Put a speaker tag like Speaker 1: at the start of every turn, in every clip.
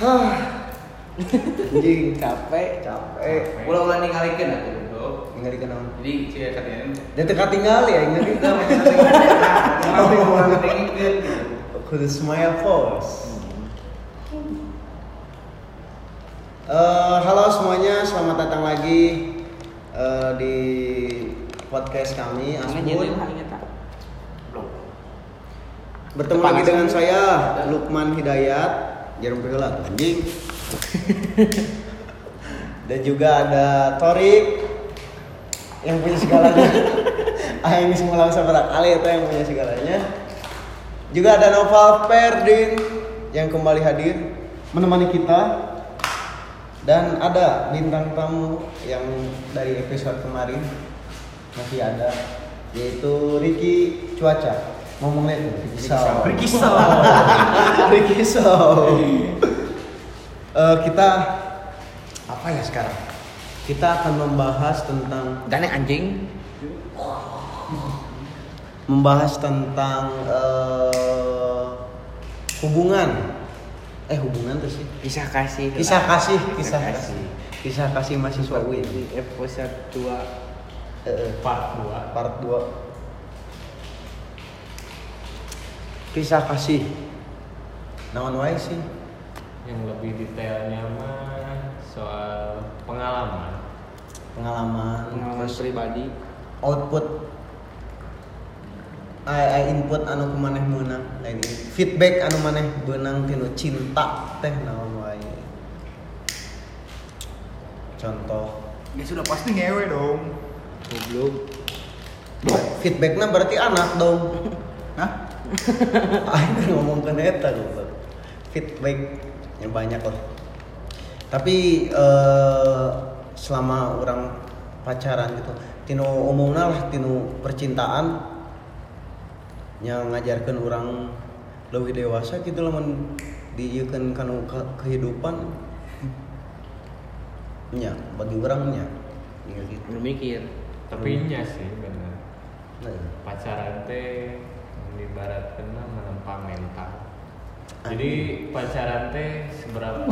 Speaker 1: Hah. Ah. Anjing
Speaker 2: capek
Speaker 1: capek.
Speaker 3: Eh, Ulah-ulah ningalikeun atuh, Dok.
Speaker 1: Ingat dikenaun.
Speaker 3: Jadi sia katanya. Nah,
Speaker 1: Dan teka tinggal ya ingat
Speaker 3: Kita
Speaker 1: kita.
Speaker 3: masih orang tinggi
Speaker 1: Kudu smile first. Eh, halo semuanya, selamat datang lagi eh, di podcast kami Asbun. Bertemu
Speaker 2: Depan
Speaker 1: lagi
Speaker 2: langsung.
Speaker 1: dengan saya Lukman Hidayat, jarum pergelat anjing. Dan juga ada Torik yang punya segalanya. ah ini semua langsung berat kali itu ya, yang punya segalanya. Juga ada Noval Perdin yang kembali hadir menemani kita. Dan ada bintang tamu yang dari episode kemarin masih ada yaitu Ricky Cuaca. Ngomongnya itu Ricky Sao.
Speaker 2: Ricky
Speaker 1: Ricky Sao. Eh, kita apa ya sekarang? Kita akan membahas tentang
Speaker 2: Dan yang anjing
Speaker 1: membahas tentang eh, hubungan. Eh hubungan tuh sih.
Speaker 2: bisa kasih.
Speaker 1: Kisah kasih,
Speaker 2: Kisah
Speaker 1: kisah kasih.
Speaker 2: kasih.
Speaker 1: Kisah kasih mahasiswa UIN.
Speaker 2: di episode 2
Speaker 1: Eh, eh,
Speaker 3: Part 2.
Speaker 1: part 2. Kisah kasih. Naon wae sih?
Speaker 3: Yang lebih detailnya mah soal pengalaman.
Speaker 1: Pengalaman,
Speaker 2: pengalaman
Speaker 1: terus
Speaker 2: pribadi.
Speaker 1: output ai ai input anu kumaneh meunang lain ini. feedback anu maneh beunang tinu cinta teh naon wae contoh
Speaker 4: Ya sudah pasti ngewe dong.
Speaker 2: Goblok.
Speaker 1: feedbacknya berarti anak dong
Speaker 4: Hah?
Speaker 1: Aing ngomong ke neta gitu. Feedback yang banyak lah. Tapi eh, selama orang pacaran gitu, tino umumna lah tino percintaan yang ngajarkan orang lebih dewasa gitu lah mun diieukeun kana ke- kehidupan. Ya, bagi orangnya gitu.
Speaker 2: Bermikir.
Speaker 3: Tapi nya sih bener.
Speaker 1: Nah,
Speaker 3: Pacaran teh ibarat kena menempang mental. Jadi pacaran teh seberapa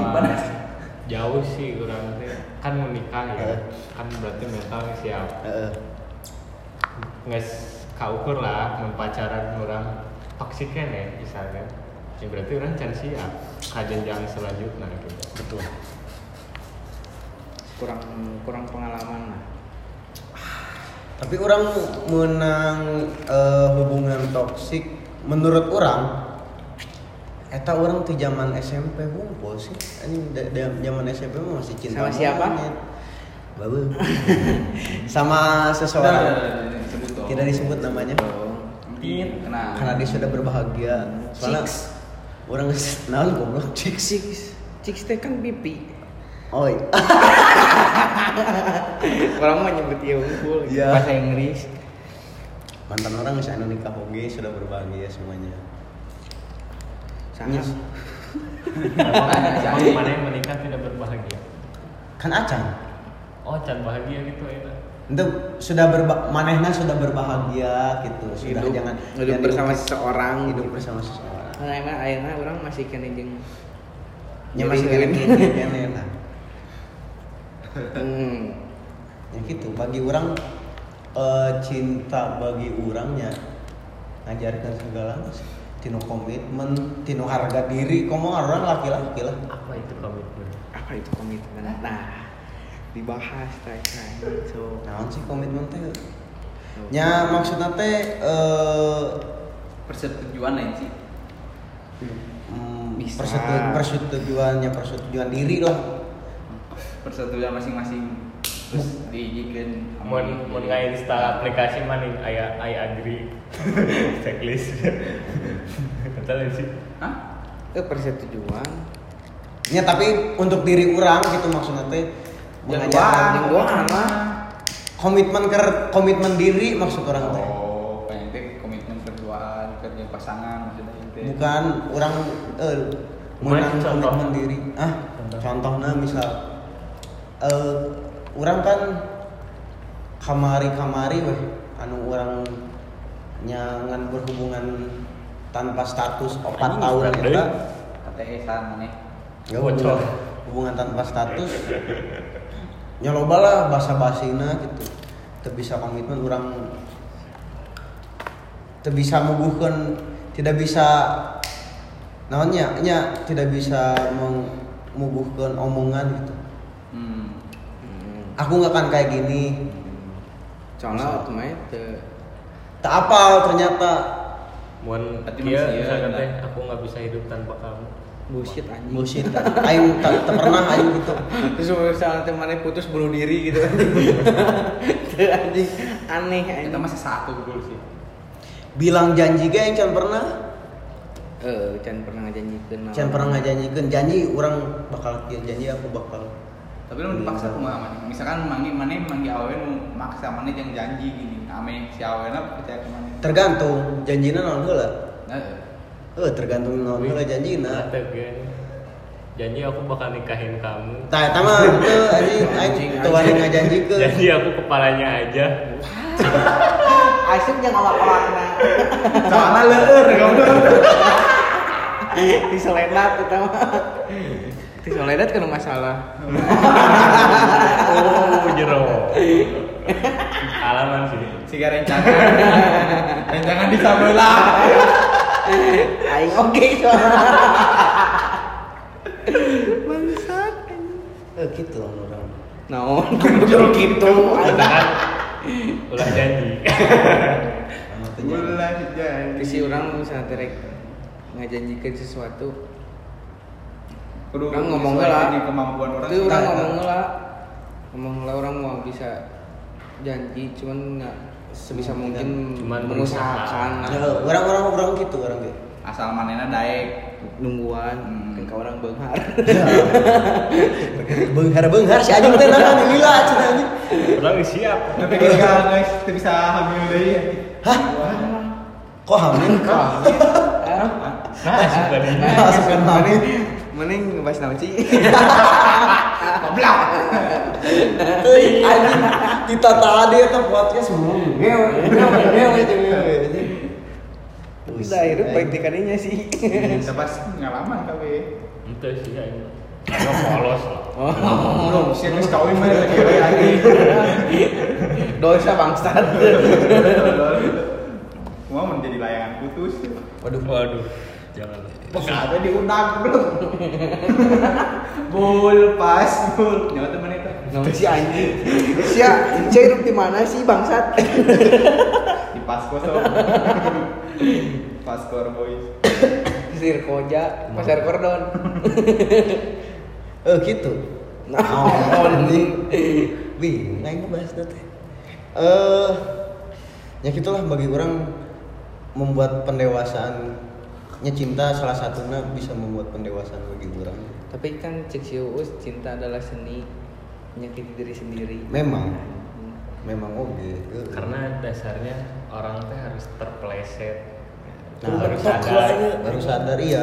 Speaker 3: jauh sih kurang teh kan menikah ya kan berarti mental siap
Speaker 1: heeh.
Speaker 3: nges kaukur lah mun pacaran orang toksik kan ya misalnya ya berarti orang can siap ka jenjang selanjutnya gitu
Speaker 1: betul.
Speaker 2: Kurang kurang pengalaman lah.
Speaker 1: tapi orang menang eh, hubungan toksik menurut orang eta orang tuh zaman SMP kumpul sih ini da- da- zaman SMP mah masih cinta
Speaker 2: Sama siapa?
Speaker 1: banget. Babe. sama seseorang
Speaker 4: disebut dong.
Speaker 1: tidak disebut namanya
Speaker 4: Mungkin kena.
Speaker 1: karena dia sudah berbahagia soalnya
Speaker 2: Nah. Chicks.
Speaker 1: orang naon goblok chicks
Speaker 2: Chicks. Chicks teh kan pipi.
Speaker 1: oh iya.
Speaker 2: Orang mah nyebut ieu unggul gitu.
Speaker 1: Iya.
Speaker 2: bahasa Inggris.
Speaker 1: mantan orang geus anu nikah oge sudah berbahagia semuanya
Speaker 2: Sangat.
Speaker 1: Yes.
Speaker 3: Emang mana yang menikah tidak berbahagia?
Speaker 1: kan acang
Speaker 3: Oh, can bahagia gitu enak.
Speaker 1: itu sudah berba manehna sudah berbahagia gitu sudah
Speaker 2: Hidup-
Speaker 1: jangan
Speaker 2: hidup
Speaker 1: jangan
Speaker 2: bersama
Speaker 1: ikut-
Speaker 2: seseorang,
Speaker 1: hidup bersama seseorang
Speaker 2: Nah, emang akhirnya orang masih kena jeung
Speaker 1: ya nah. masih keren
Speaker 2: Jadi-
Speaker 1: keren lah
Speaker 2: Hmm.
Speaker 1: ya gitu bagi orang eh, cinta bagi orangnya ngajarkan segala tino komitmen tino harga diri komo orang laki-laki lah
Speaker 3: Apa itu komitmen?
Speaker 2: Apa itu komitmen? Nah, dibahas tadi kan. So,
Speaker 1: naon sih komitmen teh nya maksudnya teh eh,
Speaker 4: Persetujuan lain sih.
Speaker 1: mm,
Speaker 2: Bisa.
Speaker 1: persetujuan persetujuannya persetujuan diri lah
Speaker 4: Persetujuan masing-masing terus diijikan.
Speaker 3: Mau mau install aplikasi mana? I, I agree. Checklist. Kata lain sih.
Speaker 4: Hah?
Speaker 2: itu Eh, persetujuan.
Speaker 1: Ya tapi untuk diri orang gitu maksudnya teh
Speaker 2: yang
Speaker 1: mengajarkan
Speaker 2: gua sama.
Speaker 1: komitmen ker komitmen diri maksud orang teh.
Speaker 4: Oh, pengen teh komitmen berduaan, kerja pasangan maksudnya itu.
Speaker 1: Bukan orang eh
Speaker 3: Mana
Speaker 1: menang
Speaker 3: contoh?
Speaker 1: komitmen diri. Ah,
Speaker 3: Contoh.
Speaker 1: contohnya misal eh orang kan kamari-kamari weh anu orang nyangan berhubungan tanpa status 4
Speaker 3: Anjing,
Speaker 1: tahun ya,
Speaker 3: berat,
Speaker 1: eta
Speaker 3: deh.
Speaker 4: KTS an nih.
Speaker 1: Ya,
Speaker 3: Bocor.
Speaker 1: hubungan, hubungan tanpa status nyaloba lah bahasa basina gitu teu bisa komitmen orang teu bisa mengubuhkan tidak bisa naonnya nya tidak bisa mengubuhkan omongan gitu
Speaker 4: Hmm.
Speaker 1: aku nggak akan kayak gini
Speaker 2: Hmm. soalnya waktu main teu
Speaker 1: tak apal ternyata
Speaker 3: Mun
Speaker 4: Hati
Speaker 3: dia
Speaker 4: manusia,
Speaker 3: misalkan
Speaker 4: nah.
Speaker 3: teh aku nggak bisa hidup tanpa kamu.
Speaker 2: bullshit anjing
Speaker 1: bullshit aing tak tak pernah aing gitu
Speaker 2: terus misalnya temannya putus bunuh diri gitu Teu anjing aneh anjing
Speaker 4: Kita masih satu dulu sih.
Speaker 1: bilang janji ge aing can pernah
Speaker 2: eh can pernah ngajanyikeun naon.
Speaker 1: can pernah ngajanjikeun janji orang bakal kieu janji aku bakal
Speaker 4: Tapi lu dipaksa kumaha mana? Misalkan mangi mana mangi awen maksa mana yang janji gini. Ame si awen apa percaya ke mana?
Speaker 1: tergantung janjina naon heula
Speaker 4: Nah,
Speaker 1: eh tergantung naon heula janjina
Speaker 3: Atau gen. Janji aku bakal nikahin kamu.
Speaker 1: tah eta mah teu anjing aing teu wani ngajanjikeun
Speaker 3: Janji aku kepalanya aja.
Speaker 2: Asep jangan awak-awakna.
Speaker 4: soalnya leur kamu.
Speaker 2: Di selenat kita mah. Di selenat kan masalah.
Speaker 3: Oh, jero. Alaman sih.
Speaker 4: Siga rencangan. rencangan di sabelah.
Speaker 2: Aing oke soalnya. Bangsat.
Speaker 1: eh gitu lah orang
Speaker 2: Naon kumpul gitu.
Speaker 3: Kita kan ulah janji.
Speaker 1: Sama teu janji.
Speaker 4: Bulan jadi.
Speaker 2: Si orang misalnya terek ngajanjikeun sesuatu,
Speaker 4: Kudu
Speaker 2: Orang ngomong lah.
Speaker 4: sesuai dengan kemampuan orang.
Speaker 2: Tapi orang
Speaker 1: Nah,
Speaker 2: ngomong lah, ngomong lah orang mau bisa janji, cuman nggak sebisa mungkin
Speaker 3: Cuman
Speaker 2: mengusahakan
Speaker 1: Ya, orang-orang orang gitu orang gitu
Speaker 4: Asal manena daek.
Speaker 2: nungguan
Speaker 4: Hmm.
Speaker 2: ke orang benghar
Speaker 1: benghar benghar si anjing teh naon gila cenah anjing
Speaker 3: Orang siap.
Speaker 4: Tapi kan guys, kita bisa hamil deui
Speaker 2: Iya.
Speaker 4: ya.
Speaker 1: hah kok hamil kah
Speaker 3: Nah, suka di.
Speaker 1: Masukkan mana?
Speaker 2: mending ngebahas nama Ci
Speaker 4: Goblok.
Speaker 1: Teuing anjing kita tadi eta podcast semua ngewe ngewe ngewe jeung ngewe anjing.
Speaker 2: udah akhirnya baik tikaninya sih
Speaker 4: Kita pas ngalaman kabe.
Speaker 3: Itu sih aing. Yo polos lah.
Speaker 2: oh
Speaker 4: Belum, sih geus kawin mah lagi
Speaker 2: Iya.
Speaker 4: lagi.
Speaker 2: dosa bangsat
Speaker 4: Cuma menjadi layangan putus.
Speaker 3: Waduh, waduh. Jangan.
Speaker 4: Pesawatnya diundang belum. Bul pas bul. Nyawa temen itu.
Speaker 2: nama si anjing si si hidup di mana sih bangsat
Speaker 4: Di pas kosong. pas kor boys.
Speaker 2: sir koja pasar kordon
Speaker 1: Eh gitu.
Speaker 2: Nah,
Speaker 1: Oh, anjing. Bingung aing bahas teh. Eh ya gitulah bagi orang membuat pendewasaan nya cinta salah satunya bisa membuat pendewasaan bagi orang.
Speaker 2: tapi kan cek si Uus cinta adalah seni menyakiti diri sendiri
Speaker 1: Memang, memang oke.
Speaker 3: Karena dasarnya orang teh harus terpleset.
Speaker 1: Nah, baru
Speaker 3: harus sadar.
Speaker 1: baru sadar iya.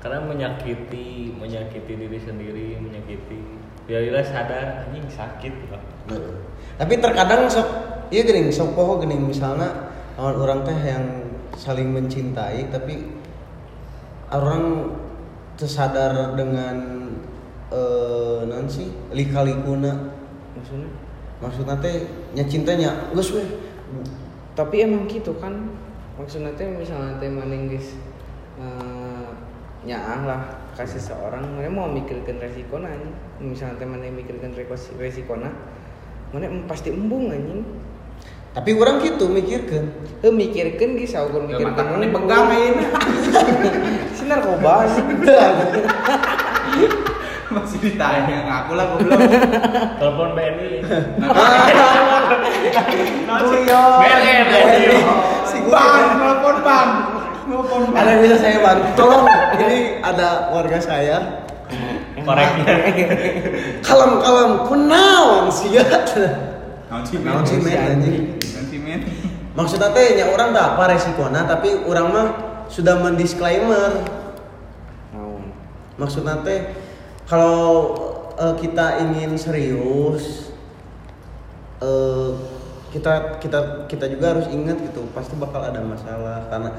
Speaker 3: karena menyakiti menyakiti diri sendiri menyakiti bila sadar anjing sakit lah
Speaker 1: Heeh. Tapi terkadang sok iya geuning sok poho geuning misalnya lawan orang teh yang saling mencintai tapi orang tersadar dengan eh naon sih lika-likuna
Speaker 2: maksudnya
Speaker 1: maksudnya teh nya cintanya geus weh
Speaker 2: tapi emang gitu kan maksudnya teh misalnya teh maning guys eh, nyaah lah kasih seorang mana mau mikirkan resiko nah, anjing misalnya teh mana mikirkan resiko na mana em- pasti embung anjing
Speaker 1: tapi orang gitu mikirkeun
Speaker 2: eh mikirkan guys aku
Speaker 4: Ya,
Speaker 2: mikirkan
Speaker 4: mata mana pegang ini.
Speaker 2: si narkoba sih
Speaker 4: Masih ditanya ngaku lah goblok.
Speaker 3: telepon BNI
Speaker 4: Beren.
Speaker 3: BNI.
Speaker 4: Si bang, telepon bang. Telepon
Speaker 1: ada
Speaker 4: bang.
Speaker 1: yang bisa saya bantu tolong ini ada warga saya
Speaker 3: koreknya
Speaker 1: kalem kalem kunaon sih ya
Speaker 4: Naon sih, men?
Speaker 1: naon sih men anjing
Speaker 4: Naon sih, men?
Speaker 1: Maksudnya teh nya orang tak apa resikonya, tapi orang mah sudah mendisklaimer.
Speaker 2: Nah,
Speaker 1: Maksudnya teh kalau eh, kita ingin serius eh, kita kita kita juga harus ingat gitu, pasti bakal ada masalah karena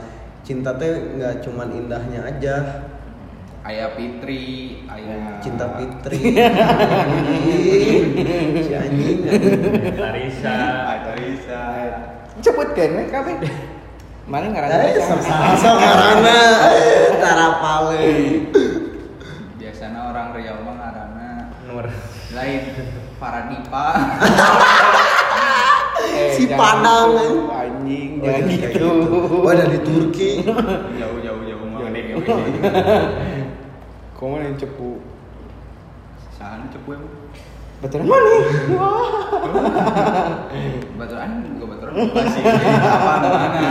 Speaker 1: cinta teh nggak cuman indahnya aja.
Speaker 4: ayah Fitri ayah
Speaker 1: Cinta Fitri. Ih, si anjing.
Speaker 3: Tarisa
Speaker 4: ayah Risa
Speaker 2: Cepet kan ya kabe.
Speaker 1: Iya.
Speaker 2: Mana ngarang
Speaker 1: Eh, sama-sama karena eh, tarapale.
Speaker 4: biasanya orang Riau mah karena
Speaker 3: Nur
Speaker 4: lain Faradipa
Speaker 1: Si Padang,
Speaker 2: gitu,
Speaker 1: eh.
Speaker 2: Eh, anjing
Speaker 1: Oh,
Speaker 2: jangan
Speaker 1: iya, kayak
Speaker 2: gitu.
Speaker 1: Oh, dari Turki.
Speaker 4: jauh jauh jauh mah
Speaker 3: Jonek
Speaker 2: Kau mana yang cepu?
Speaker 4: sahan ya, cepu emang
Speaker 2: Betul mana?
Speaker 4: baturan juga baturan lupa sih apa mana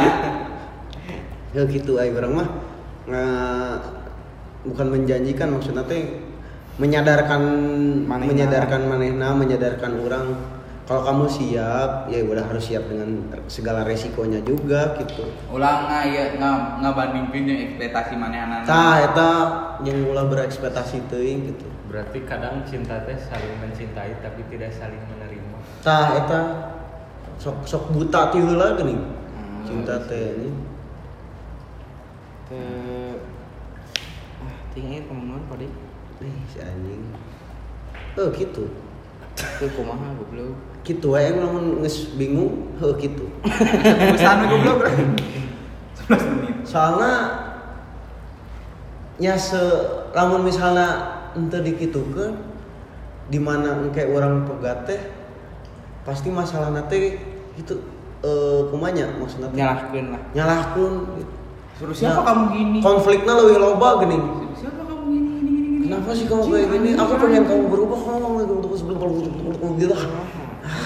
Speaker 1: ya gitu ay orang mah nge- bukan menjanjikan maksudnya teh menyadarkan
Speaker 2: Manehna.
Speaker 1: menyadarkan manehna menyadarkan orang kalau kamu siap ya udah harus siap dengan segala resikonya juga gitu
Speaker 4: ulang nggak ya nggak nggak bandingin yang ekspektasi mana anak
Speaker 1: tah eta yang ulah berekspektasi teuing gitu
Speaker 3: berarti kadang cinta teh saling mencintai tapi tidak saling menerima
Speaker 1: tah eta sok sok buta ti heula geuning Hmm, cinta teh ini
Speaker 2: Teu- Hmm. Ah, tinggal kemana kali?
Speaker 1: Ih, si anjing oh gitu
Speaker 2: Ke kumaha goblok.
Speaker 1: gitu wae lamun geus bingung heuh gitu
Speaker 4: pesan gue belum sebelas menit
Speaker 1: soalnya nya se lamun misalnya ente dikitukeun di mana engke orang pegat teh pasti masalahna teh itu eh kumanya maksudnya teh
Speaker 2: Nyalahkeun lah.
Speaker 1: nyalahkeun
Speaker 4: suruh
Speaker 1: Nah,
Speaker 4: siapa kamu gini
Speaker 1: konflikna leuwih loba geuning
Speaker 4: Suruh siapa kamu gini gini gini gini
Speaker 1: kenapa sih kamu kayak gini aku pengen kamu berubah kamu mau untuk sebelum kalau gitu ah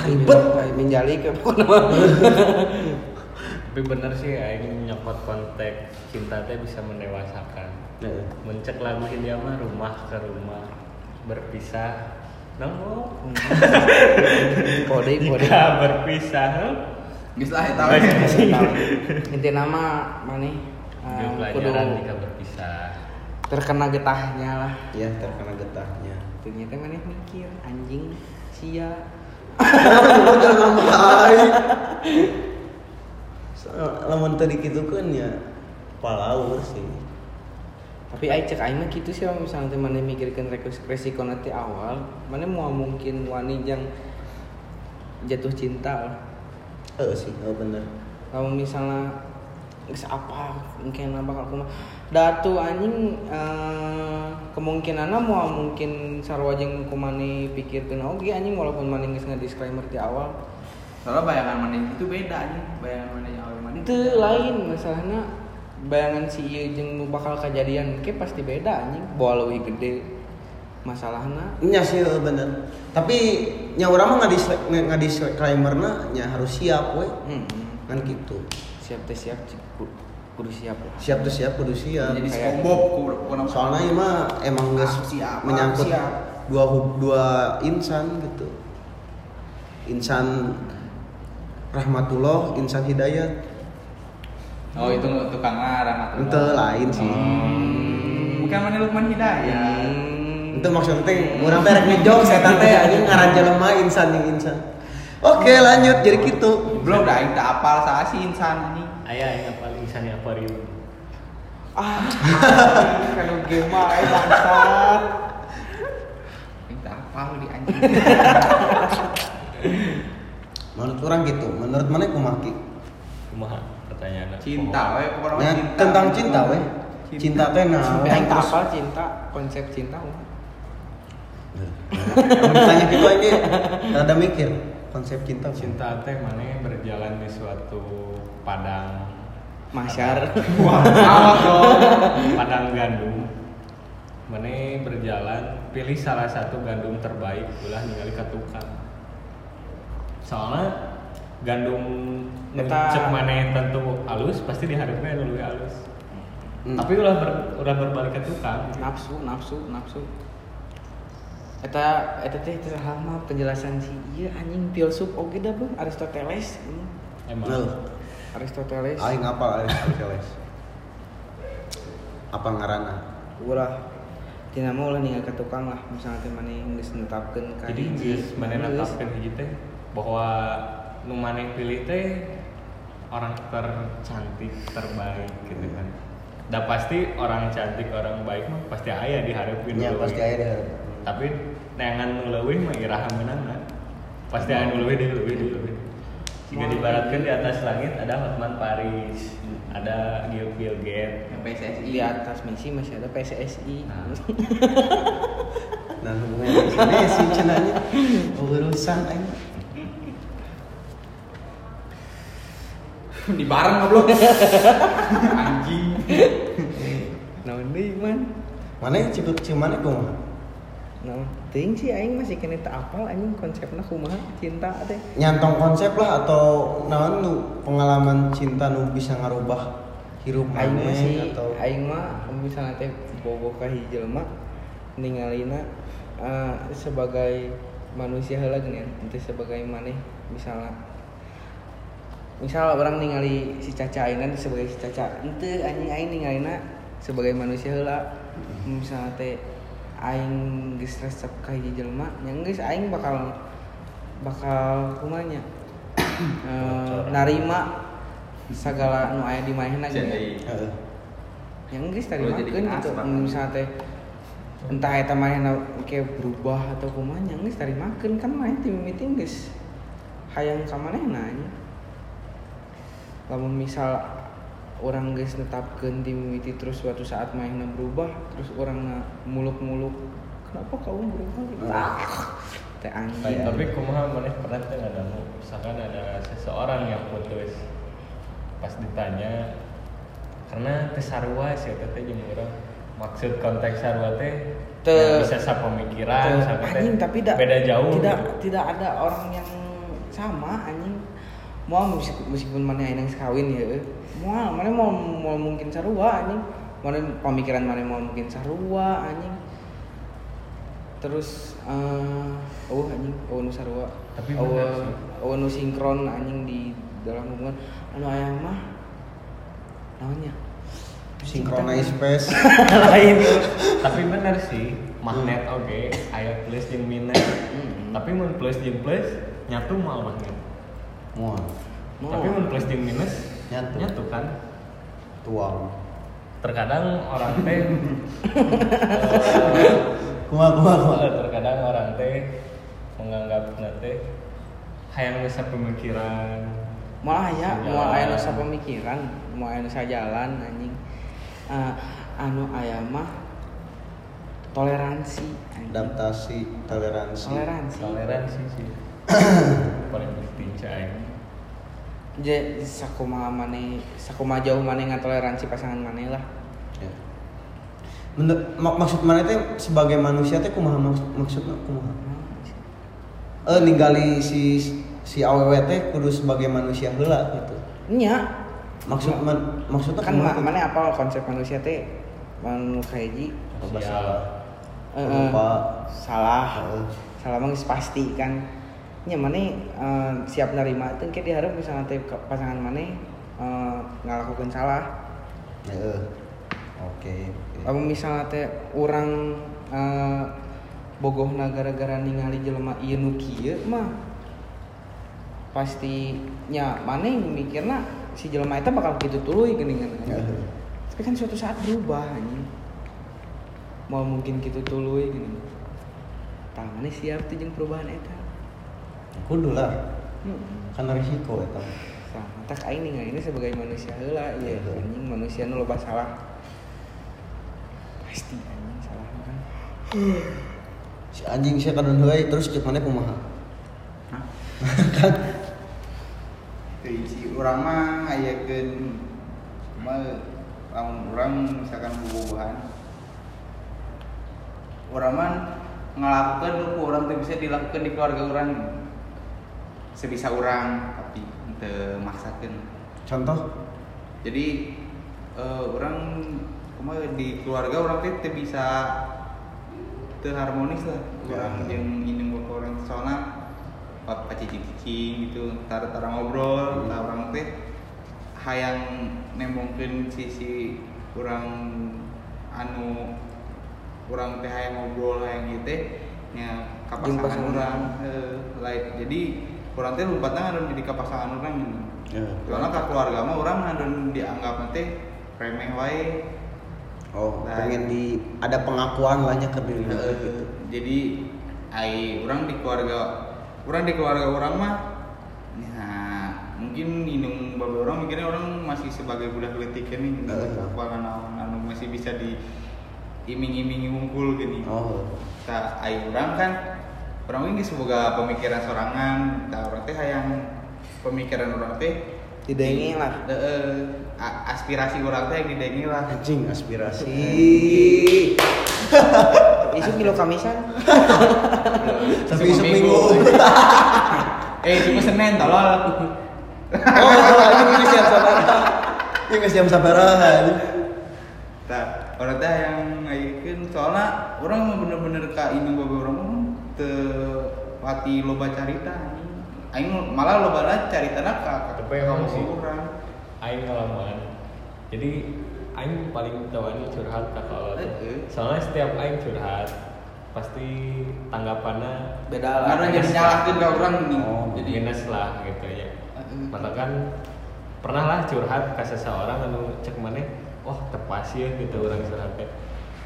Speaker 1: ribet
Speaker 2: Kayak menjali ke pokoknya.
Speaker 3: tapi bener sih aing nyokot kontak cinta teh bisa mendewasakan mencek lagu India mah rumah ke rumah berpisah oh. nongol
Speaker 2: Kode kode.
Speaker 1: Iya.
Speaker 3: jika berpisah
Speaker 4: Gis lah ya, tahu
Speaker 2: Inti nama mana? Ah,
Speaker 3: ambil pelajaran jika ya, berpisah
Speaker 2: terkena getahnya lah.
Speaker 1: ya terkena getahnya
Speaker 2: Ternyata mana mikir anjing sia.
Speaker 1: Udah ngamai. Lamun tadi gitu kan ya palaur sih.
Speaker 2: Tapi aing cek aing mah gitu sih kalau misalnya teh mana mikirkan resiko nanti awal, mana mau mungkin wani yang jatuh cinta lah.
Speaker 1: Eh sih, oh bener.
Speaker 2: kalau misalnya geus apa mungkin apa kalau kumaha datu anjing kemungkinan mau mungkin sarwa jeung kumani pikirkeun oge anjing walaupun mana geus nge-disclaimer di awal
Speaker 4: soalnya bayangan mana itu beda aja bayangan mana yang awal mana
Speaker 2: itu lain masalahnya bayangan si ieu jeung nu bakal kejadian ke pasti beda anjing bola leuwih gede masalahnya
Speaker 1: Nya sih eh, bener. Tapi nya urang mah ngadis ngadis disclaimer-na nya harus siap we.
Speaker 2: hmm,
Speaker 1: Kan gitu.
Speaker 2: siap teh siap cik. Ku- kudu siap lah
Speaker 1: Siap tuh siap kudu siap.
Speaker 4: jadi
Speaker 2: Kayak-
Speaker 4: skombok kurang
Speaker 1: Soalnya ini mah emang geus
Speaker 4: Ah, siap, ah,
Speaker 1: menyangkut
Speaker 4: siap.
Speaker 1: dua hub- dua insan gitu. Insan Rahmatullah, insan Hidayat.
Speaker 4: oh itu tukang ngarang atau Hmm.
Speaker 1: Ente lain sih.
Speaker 4: bukan mana Lukman
Speaker 3: Ya.
Speaker 4: Hidayat
Speaker 1: Itu maksudnya teh orang teh rek ngejok setan teh anjing ngaran jelema insan yang insan. Oke, lanjut jadi gitu.
Speaker 4: belum dah kita apal salah si insan ini
Speaker 3: ayah yang paling insan akuarium
Speaker 2: ah kalau game mah eh, bangsat
Speaker 4: kita apal di anjing
Speaker 1: Menurut orang gitu. Menurut mana kumaki?
Speaker 3: rumah pertanyaan aku.
Speaker 4: cinta we pokoknya mah
Speaker 1: Nah, tentang cinta weh. Cinta teh nah, naon?
Speaker 2: Aing tak
Speaker 1: Terus-
Speaker 2: apal cinta, konsep cinta um. mah.
Speaker 1: Nah, Ditanya gitu aja rada mikir konsep cinta.
Speaker 3: cinta teh mana berjalan di suatu padang
Speaker 2: Masyar.
Speaker 4: Wah, awak dong
Speaker 3: padang gandum mana berjalan pilih salah satu gandum terbaik ulah ningali ke tukang soalnya gandum
Speaker 2: Eta-
Speaker 3: cek mana tentu halus pasti diharapkan dulu halus
Speaker 1: Hmm.
Speaker 3: tapi ulah ber, ulah berbalik ke tukang
Speaker 2: nafsu, nafsu, nafsu. Eta eta teh teu saha mah penjelasan si ieu anjing filsuf oge dah beuh Aristoteles. Hmm,
Speaker 3: emang
Speaker 1: Nah,
Speaker 2: Aristoteles.
Speaker 1: aing apal Aristoteles. Apa ngaranna?
Speaker 2: Urah. Tina mah ulah ninggal ka tukang lah, misalnya teh mana yang geus netapkeun ka
Speaker 3: jadi
Speaker 2: hiji,
Speaker 3: geus mana
Speaker 2: geus.
Speaker 3: natapkeun hiji teh bahwa nu
Speaker 1: Hmm.
Speaker 3: mana pilih teh orang tercantik terbaik gitu kan Dah pasti orang cantik, orang baik mah pasti ayah diharapin
Speaker 1: Ya
Speaker 3: nu
Speaker 1: pasti
Speaker 3: leuwih.
Speaker 1: aja deh.
Speaker 3: Tapi neangan nu leuwih mah iraha meunangna. Pasti aya nu leuwih deui leuwih deui leuwih. Jika dibaratkan di atas langit ada Hotman Paris, ada Gil Bill Gates.
Speaker 4: yang PSSI
Speaker 2: di atas misi masih ada PSSI
Speaker 3: Nah.
Speaker 1: Nah hubungannya sama Messi cenanya urusan aja.
Speaker 4: di bareng ngobrol anjing
Speaker 2: nah ini man
Speaker 1: Mana yang ciput cuman itu mah?
Speaker 2: nah ting sih aing masih kena tak apal anjing konsepnya kumaha cinta teh
Speaker 1: Nyantong konsep lah atau naon nu pengalaman cinta nu bisa ngarubah hirup
Speaker 2: aing
Speaker 1: mana
Speaker 2: masih
Speaker 1: atau
Speaker 2: aing mah misalnya teh bogo ka jelema ningalina eh, sebagai manusia heula gini teh sebagai maneh misalnya misal orang ningali si caca aina sebagai si caca ente anjing aing ningalina sebagai manusia heula misalnya teh aing geus resep ka hiji jelema yang geus aing bakal bakal kumanya eh, narima segala nu aya di manehna gini
Speaker 4: jadi
Speaker 1: Heeh.
Speaker 2: yang Inggris tadi
Speaker 4: Kalau
Speaker 2: mah
Speaker 4: jadi
Speaker 2: kan
Speaker 4: keras
Speaker 2: gitu
Speaker 4: banget.
Speaker 2: mun misalnya teh entah eta mana kayak berubah atau kumaha yang Inggris tadi makan kan main tim meeting guys hayang ka manehna nya lamun misal orang guys netapkeun tim meeting terus suatu saat mainnya berubah terus orang muluk-muluk kenapa kau berubah gitu teh anjing
Speaker 3: Tapi kumaha maneh pernah teh ngadamu misalkan ada seseorang yang putus pas ditanya karena teh sarua sih eta teh jeung urang. maksud konteks sarua teh
Speaker 2: Teu-
Speaker 3: ya, bisa sa pemikiran
Speaker 2: Tuh,
Speaker 3: sarua teh
Speaker 2: anjing tapi tidak
Speaker 3: beda jauh
Speaker 2: tidak
Speaker 3: gitu.
Speaker 2: tidak ada orang yang sama anjing mau meskipun, meskipun mana yang sekawin ya mau mana mau mau mungkin sarua anjing mana pemikiran mana mau mungkin sarua anjing terus eh oh anjing oh nu sarua
Speaker 3: Tapi
Speaker 2: oh,
Speaker 3: bener sih.
Speaker 2: oh nu sinkron anjing di dalam hubungan anu ayah mah namanya
Speaker 1: Synchronize space.
Speaker 2: lain
Speaker 3: tapi bener sih magnet oke aya plus jeung minus tapi mun plus jeung plus nyatu moal magnet
Speaker 1: Mual.
Speaker 3: tapi mun plus jeung minus
Speaker 1: Nyatu.
Speaker 3: nyatu kan
Speaker 1: Tuang.
Speaker 3: terkadang orang teh eh,
Speaker 1: Kumaha kumaha kumaha.
Speaker 3: Eh, terkadang orang teh menganggap teh hayang bisa pemikiran
Speaker 2: malah ya
Speaker 3: Sejalan.
Speaker 2: mau aya nusa pemikiran mau aya nusa jalan anjing Eh, anu aya mah toleransi anjing.
Speaker 1: Adaptasi toleransi.
Speaker 2: toleransi
Speaker 3: toleransi sih paling penting cai
Speaker 2: jadi sakumaha maneh sakumaha jauh maneh ngatoleransi pasangan maneh lah
Speaker 1: Ya. Menur- mak- maksud mana teh sebagai manusia teh kumaha maksud maksudna kumaha? Eh ningali si si aww teh kudu sebagai manusia heula gitu.
Speaker 2: nya
Speaker 1: Maksud man, maksudnya
Speaker 2: kan ma- maneh apal konsep manusia teh manu kaeji
Speaker 1: Loba
Speaker 3: Sosial.
Speaker 1: salah.
Speaker 2: eh, eh,
Speaker 1: Lupa.
Speaker 2: salah
Speaker 1: Heeh.
Speaker 2: salah mah geus pasti kan nya maneh eh, siap nerima teu engke diharap misalnya teh ke- pasangan maneh eh, ngalakukeun salah
Speaker 1: Heeh. Ya. Oke. oke.
Speaker 2: Lamun misalnya teh orang eh, bogohna gara-gara ningali jelema ieu nu kieu mah pastinya maneh mikirna si jelema eta bakal kitu tuluy geuningan.
Speaker 1: Heeh.
Speaker 2: Tapi kan suatu saat berubah anjing. Mau mungkin kitu tuluy geuningan. Tah maneh siap tuh jeung perubahan eta.
Speaker 1: Kudu lah.
Speaker 2: Heeh.
Speaker 1: Kan risiko eta.
Speaker 2: Tah tak aing ningali ini sebagai manusia heula ieu
Speaker 1: Betul.
Speaker 2: anjing manusia nu loba salah. Pasti anjing salah kan.
Speaker 1: Si anjing saya kadon heula terus cek mana kumaha?
Speaker 4: Hah? Teuing si urang mah ayakeun mah lamun urang misalkan bubuhan urang mah ngalakukeun nu ku urang teu bisa dilakukan di keluarga urang sebisa urang tapi teu maksakeun
Speaker 1: Contoh
Speaker 4: jadi eh, orang kumaha di keluarga orang teh teu bisa teu harmonis lah orang
Speaker 1: Ya.
Speaker 4: yang ini bapak orang soalnya bapak cicing cicing gitu tar tar ngobrol
Speaker 1: Hmm.
Speaker 4: tar orang teh hayang nembongkeun sisi orang anu orang teh hayang ngobrol hayang ieu teh nya ka
Speaker 2: Jeung
Speaker 4: pasangan
Speaker 2: pasangan.
Speaker 4: urang eh, lain jadi urang teh lompatna anu jadi ka pasangan urang gitu
Speaker 1: Ya.
Speaker 4: soalnya ke keluarga mah orang ngadon dianggap nanti anu remeh wae
Speaker 1: oh
Speaker 4: Nah.
Speaker 1: pengen di ada pengakuan lahnya ke diri
Speaker 4: Heeh,
Speaker 1: gitu
Speaker 4: jadi ai orang di keluarga orang di keluarga orang mah nah mungkin indung babe orang mikirnya orang masih sebagai budak letik ini gitu
Speaker 1: Heeh.
Speaker 4: kekuatan naon anu masih bisa di iming-imingi unggul gini
Speaker 1: oh
Speaker 4: tak ai orang kan orang ini semoga pemikiran sorangan tak orang teh hayang pemikiran orang teh
Speaker 2: Didengi lah.
Speaker 4: Heeh, a- aspirasi orang teh yang didengi lah
Speaker 1: anjing aspirasi
Speaker 2: Isu kilo kamisan.
Speaker 1: tapi
Speaker 4: Cuma
Speaker 1: seminggu
Speaker 4: eh cuma senin tolol
Speaker 1: oh ini nggak siap sabar ini nggak siap sabaran
Speaker 4: Nah, orang teh yang ngayakin soalnya orang mah bener-bener ka indung babe orang mah te pati loba carita anjing. Aing malah loba na caritana ka ka
Speaker 3: Tapi yang kamu sih.
Speaker 4: orang.
Speaker 3: aing ngalaman jadi aing paling tawani curhat ke kalau
Speaker 1: Eh,
Speaker 4: Heeh.
Speaker 3: soalnya setiap aing curhat pasti tanggapannya
Speaker 2: Beda lah.
Speaker 4: Karena jadi nyalahkeun ka orang gini.
Speaker 1: Oh,
Speaker 4: jadi
Speaker 3: minus lah gitu ya maka kan pernah lah curhat ke seseorang anu cek mana wah tepas ya gitu orang curhatnya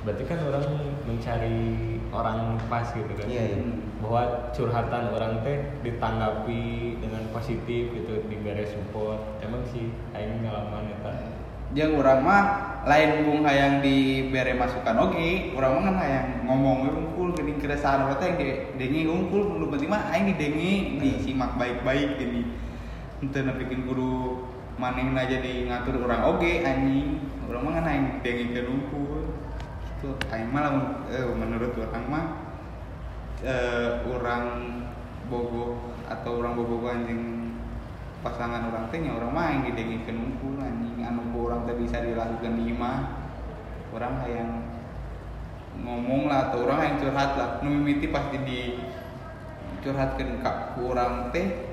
Speaker 3: berarti kan orang mencari orang pas gitu kan
Speaker 1: Iya, iya.
Speaker 4: Hmm.
Speaker 3: bahwa curhatan orang teh ditanggapi dengan positif gitu diberi support emang sih aing ngalaman eta
Speaker 4: jeung urang mah lain bung hayang dibere masukan oge, urang mah kan hayang ngomong we unggul geuning keresahan urang teh yang didengi unggul nu penting mah aing didengi disimak baik-baik gini. Henteu na bikin guru manehna jadi ngatur urang oge anjing. Urang mah kan aing didengi ke unggul. Gitu. Aing mah lamun eh, menurut urang mah eh, urang bogoh atau orang bogohan jeung pasangan orang teh nya orang main didengi ke nungkul anjing anu ku orang teh bisa dilakukan di imah orang hayang ngomong lah atau orang yang curhat lah nu mimiti pasti di curhatkeun ka ku urang teh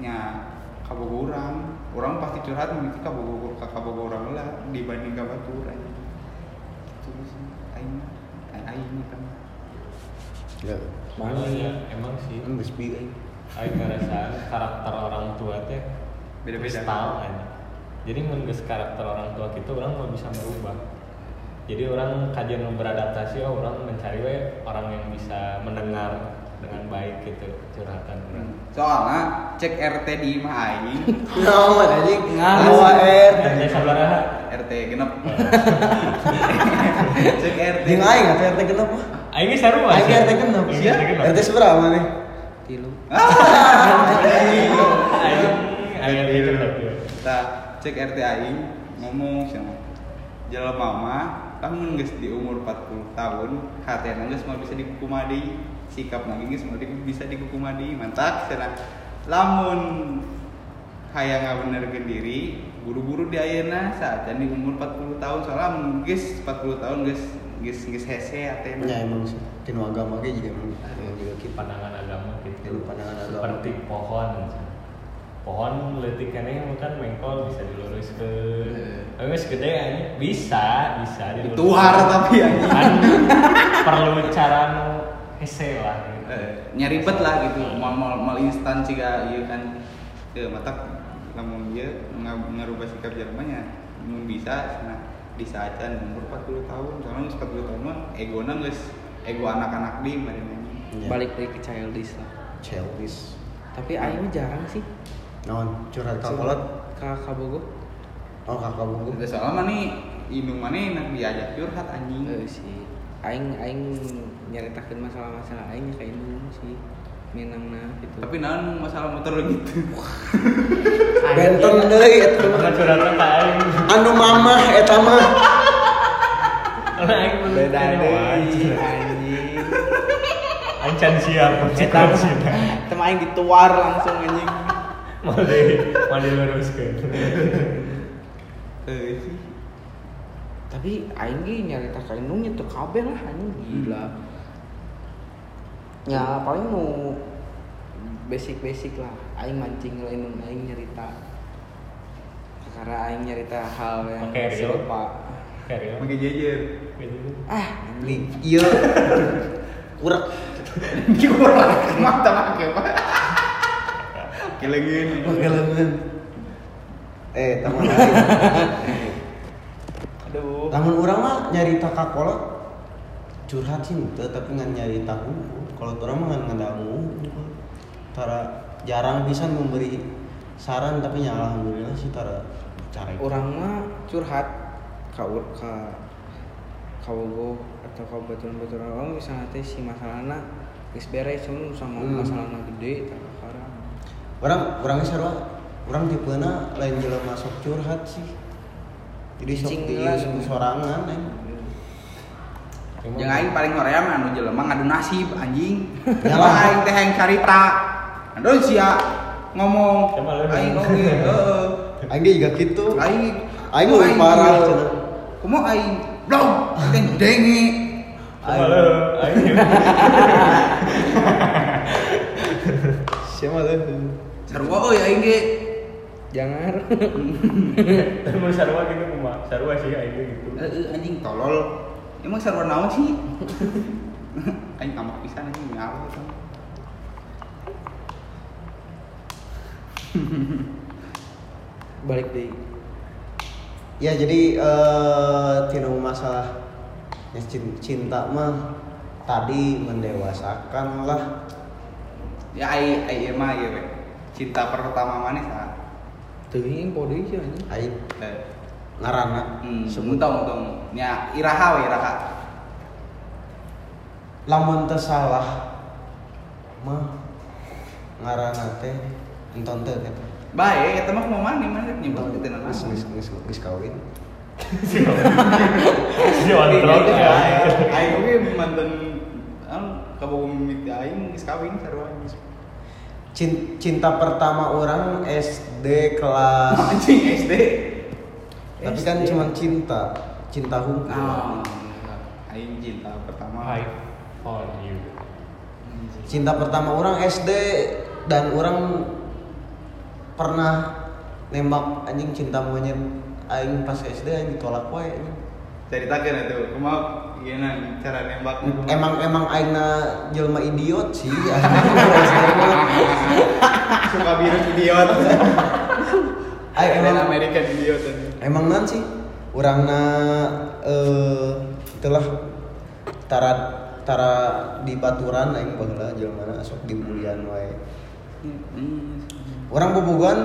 Speaker 4: nya ka bogo urang urang pasti curhat mimiti ka bogo ka ka bogo urang lah dibanding ka batur anjing gitu sih aing aing aing kan
Speaker 1: ya
Speaker 3: Emang ya, emang sih
Speaker 1: ini bisbi aing.
Speaker 3: Aing ngerasaan karakter orang tua teh
Speaker 4: Beda-beda.
Speaker 3: kristal, anjing. kan. Jadi mun geus karakter orang tua kita orang nggak bisa merubah. Jadi orang kajian beradaptasi oh, orang mencari we orang yang bisa mendengar dengan baik gitu curhatan orang.
Speaker 4: soalnya cek RT di imah aing
Speaker 1: Nah, anjing
Speaker 4: Ngalus.
Speaker 1: ngawa air.
Speaker 3: Tanya sabaraha?
Speaker 4: RT genep cek RT
Speaker 1: Jeung aing atuh RT genep mah.
Speaker 3: Aing geus sarua.
Speaker 1: Aing
Speaker 3: sih.
Speaker 1: RT genep.
Speaker 3: Aing
Speaker 1: Sia.
Speaker 3: RT genep.
Speaker 1: RT seberapa nih?
Speaker 2: Tilu.
Speaker 3: Aing aing RT genep. ya.
Speaker 4: kita cek RT aing ngomong sama jalan mama kamu nggak di umur 40 tahun katanya nggak semua bisa dikukumadi sikap lagi nggak semua di- bisa dikukumadi mantap sana lamun hayang nggak bener diri buru-buru di ayeuna saat di umur 40 tahun soalnya mun geus 40 tahun geus geus geus hese atena
Speaker 1: Ya emang sih. Tinu agama ge juga emang emang juga kieu pan-
Speaker 3: pandangan agama gitu
Speaker 1: Itu pandangan agama.
Speaker 3: seperti pohon pohon letikannya bukan kan mengkol bisa dilurus ke tapi segede aja bisa bisa diluruskeun.
Speaker 4: Dituhar tapi ya. anjing.
Speaker 3: Kan perlu cara nu hese lah gitu.
Speaker 4: Eh, nyeribet lah gitu mal mal, mal instan sih gak iya kan ke mata namun dia nga- ngerubah sikap Jermannya mun bisa nah bisa aja umur 40 tahun soalnya geus 40 tahun mah ego geus ego anak-anak di mana
Speaker 1: Ya.
Speaker 2: Balik lagi ke childish lah.
Speaker 1: Childish.
Speaker 2: Tapi aing mah jarang sih.
Speaker 1: Naon curhat ka kolot?
Speaker 2: Ka Kabogo.
Speaker 1: Oh kakak buku.
Speaker 4: udah soalnya mah nih indung mana nak diajak curhat anjing
Speaker 2: Eh sih. Aing aing nyaritakeun masalah-masalah aing ka indung sih. Minangna gitu.
Speaker 4: tapi naon masalah motor gitu
Speaker 1: Benten deui eta mah.
Speaker 3: Pernah curhat sama aing.
Speaker 1: Anu mamah eta mah.
Speaker 3: Karena aing belum
Speaker 2: beda
Speaker 3: punya
Speaker 2: deh
Speaker 3: wajan.
Speaker 2: anjing.
Speaker 3: Aing can siap
Speaker 2: Eta
Speaker 3: cekan sih.
Speaker 2: teman aing dituar langsung anjing.
Speaker 3: Mau di mau diluruskeun.
Speaker 4: eh sih
Speaker 2: Tapi aing ge nyarita ka indung nyetu kabeh lah anjing gila. Ya paling nu basic-basic lah. Aing mancing lah indung aing nyarita. Karena aing nyarita hal yang
Speaker 3: Oke, Rio.
Speaker 2: serupa.
Speaker 3: Serius.
Speaker 4: pakai jejer
Speaker 3: Gitu.
Speaker 2: Ah, anjing.
Speaker 1: Iya. Urek.
Speaker 4: diurang mata pakai apa kelengin
Speaker 1: Pagalaman. Eh, tama na.
Speaker 4: aduh
Speaker 1: Namun orang mah nyari kakak kolot curhat cinta tapi nggak nyari tahu. Kalau orang mah nggak tahu. Tara jarang bisa memberi saran tapi ya alhamdulillah sih tara cara itu.
Speaker 2: orang mah curhat ka ur- ka kawogo atau ka baturan-baturan orang bisa nanti si masalahna geus beres cuman sama
Speaker 1: Hmm.
Speaker 2: masalahna gede tak karang
Speaker 1: Orang orangnya sarwa orang tipena lain jelema masuk curhat sih. Jadi sok
Speaker 2: Cing
Speaker 1: di
Speaker 2: lah.
Speaker 1: sorangan eh.
Speaker 3: Cuma-
Speaker 4: Jeung aing paling hoream anu jelema ngadu nasib anjing.
Speaker 1: Nyalah.
Speaker 4: Nyalah aing teh aing carita. Aduh sia ngomong
Speaker 3: Coba lu
Speaker 4: aing
Speaker 3: dong.
Speaker 4: oge heeh.
Speaker 1: Aing ge juga gitu.
Speaker 4: Aing
Speaker 1: Aing lebih parah, cenah.
Speaker 4: Kumo aing blong teh dengi.
Speaker 3: Cuma lu, aing-
Speaker 1: Siapa tuh?
Speaker 4: Sarua euy aing ge.
Speaker 2: jangan
Speaker 3: Mun sarua gitu kumaha? Sarua sih aing teh gitu.
Speaker 4: Heeh anjing tolol. Emang sarua naon sih? aing ngambek pisan anjing nyawa.
Speaker 2: balik deh
Speaker 1: Ya jadi eh tidak masalah ya, cin- cinta mah tadi mendewasakan lah.
Speaker 4: Ya aing aing mah ieu we. Cinta pertama manis ah.
Speaker 2: tuh ini podo sih anjing
Speaker 1: Aing
Speaker 4: Teh.
Speaker 1: ngarana
Speaker 4: Hmm,
Speaker 1: sebut
Speaker 4: untung untung. Ya iraha we iraha.
Speaker 1: lamun teu salah mah ngarana teh enton teu kata.
Speaker 4: Baik, eta mah kumaha nih mana nyebut
Speaker 1: Enton
Speaker 4: gitu nah.
Speaker 1: geus geus geus geus kawin.
Speaker 3: Si ontrok ya.
Speaker 4: Aing oge mantan ah, anu kabogo mimiti aing geus kawin sarua geus.
Speaker 1: Cin- Cinta pertama orang SD kelas
Speaker 4: Ah, Anjing SD.
Speaker 1: tapi kan
Speaker 2: SD.
Speaker 1: cuma cinta cinta hukum
Speaker 4: Ah, aing cinta pertama.
Speaker 3: I for you.
Speaker 4: Anjing.
Speaker 1: Cinta pertama orang SD dan orang pernah nembak anjing cinta monyet aing pas SD aing ditolak wae anjing.
Speaker 4: Ceritakeun atuh, kumaha gimana cara nembaknya? kumaha?
Speaker 1: Emang emang aingna jelema idiot sih asli SD mah.
Speaker 4: suka biru idiot.
Speaker 1: Aing
Speaker 4: Aing
Speaker 1: emang
Speaker 4: American idiot. anjing.
Speaker 1: emang nan sih urangna eh itulah tara tara di baturan aing baheula jelema asok dimulian wae. Orang bobogan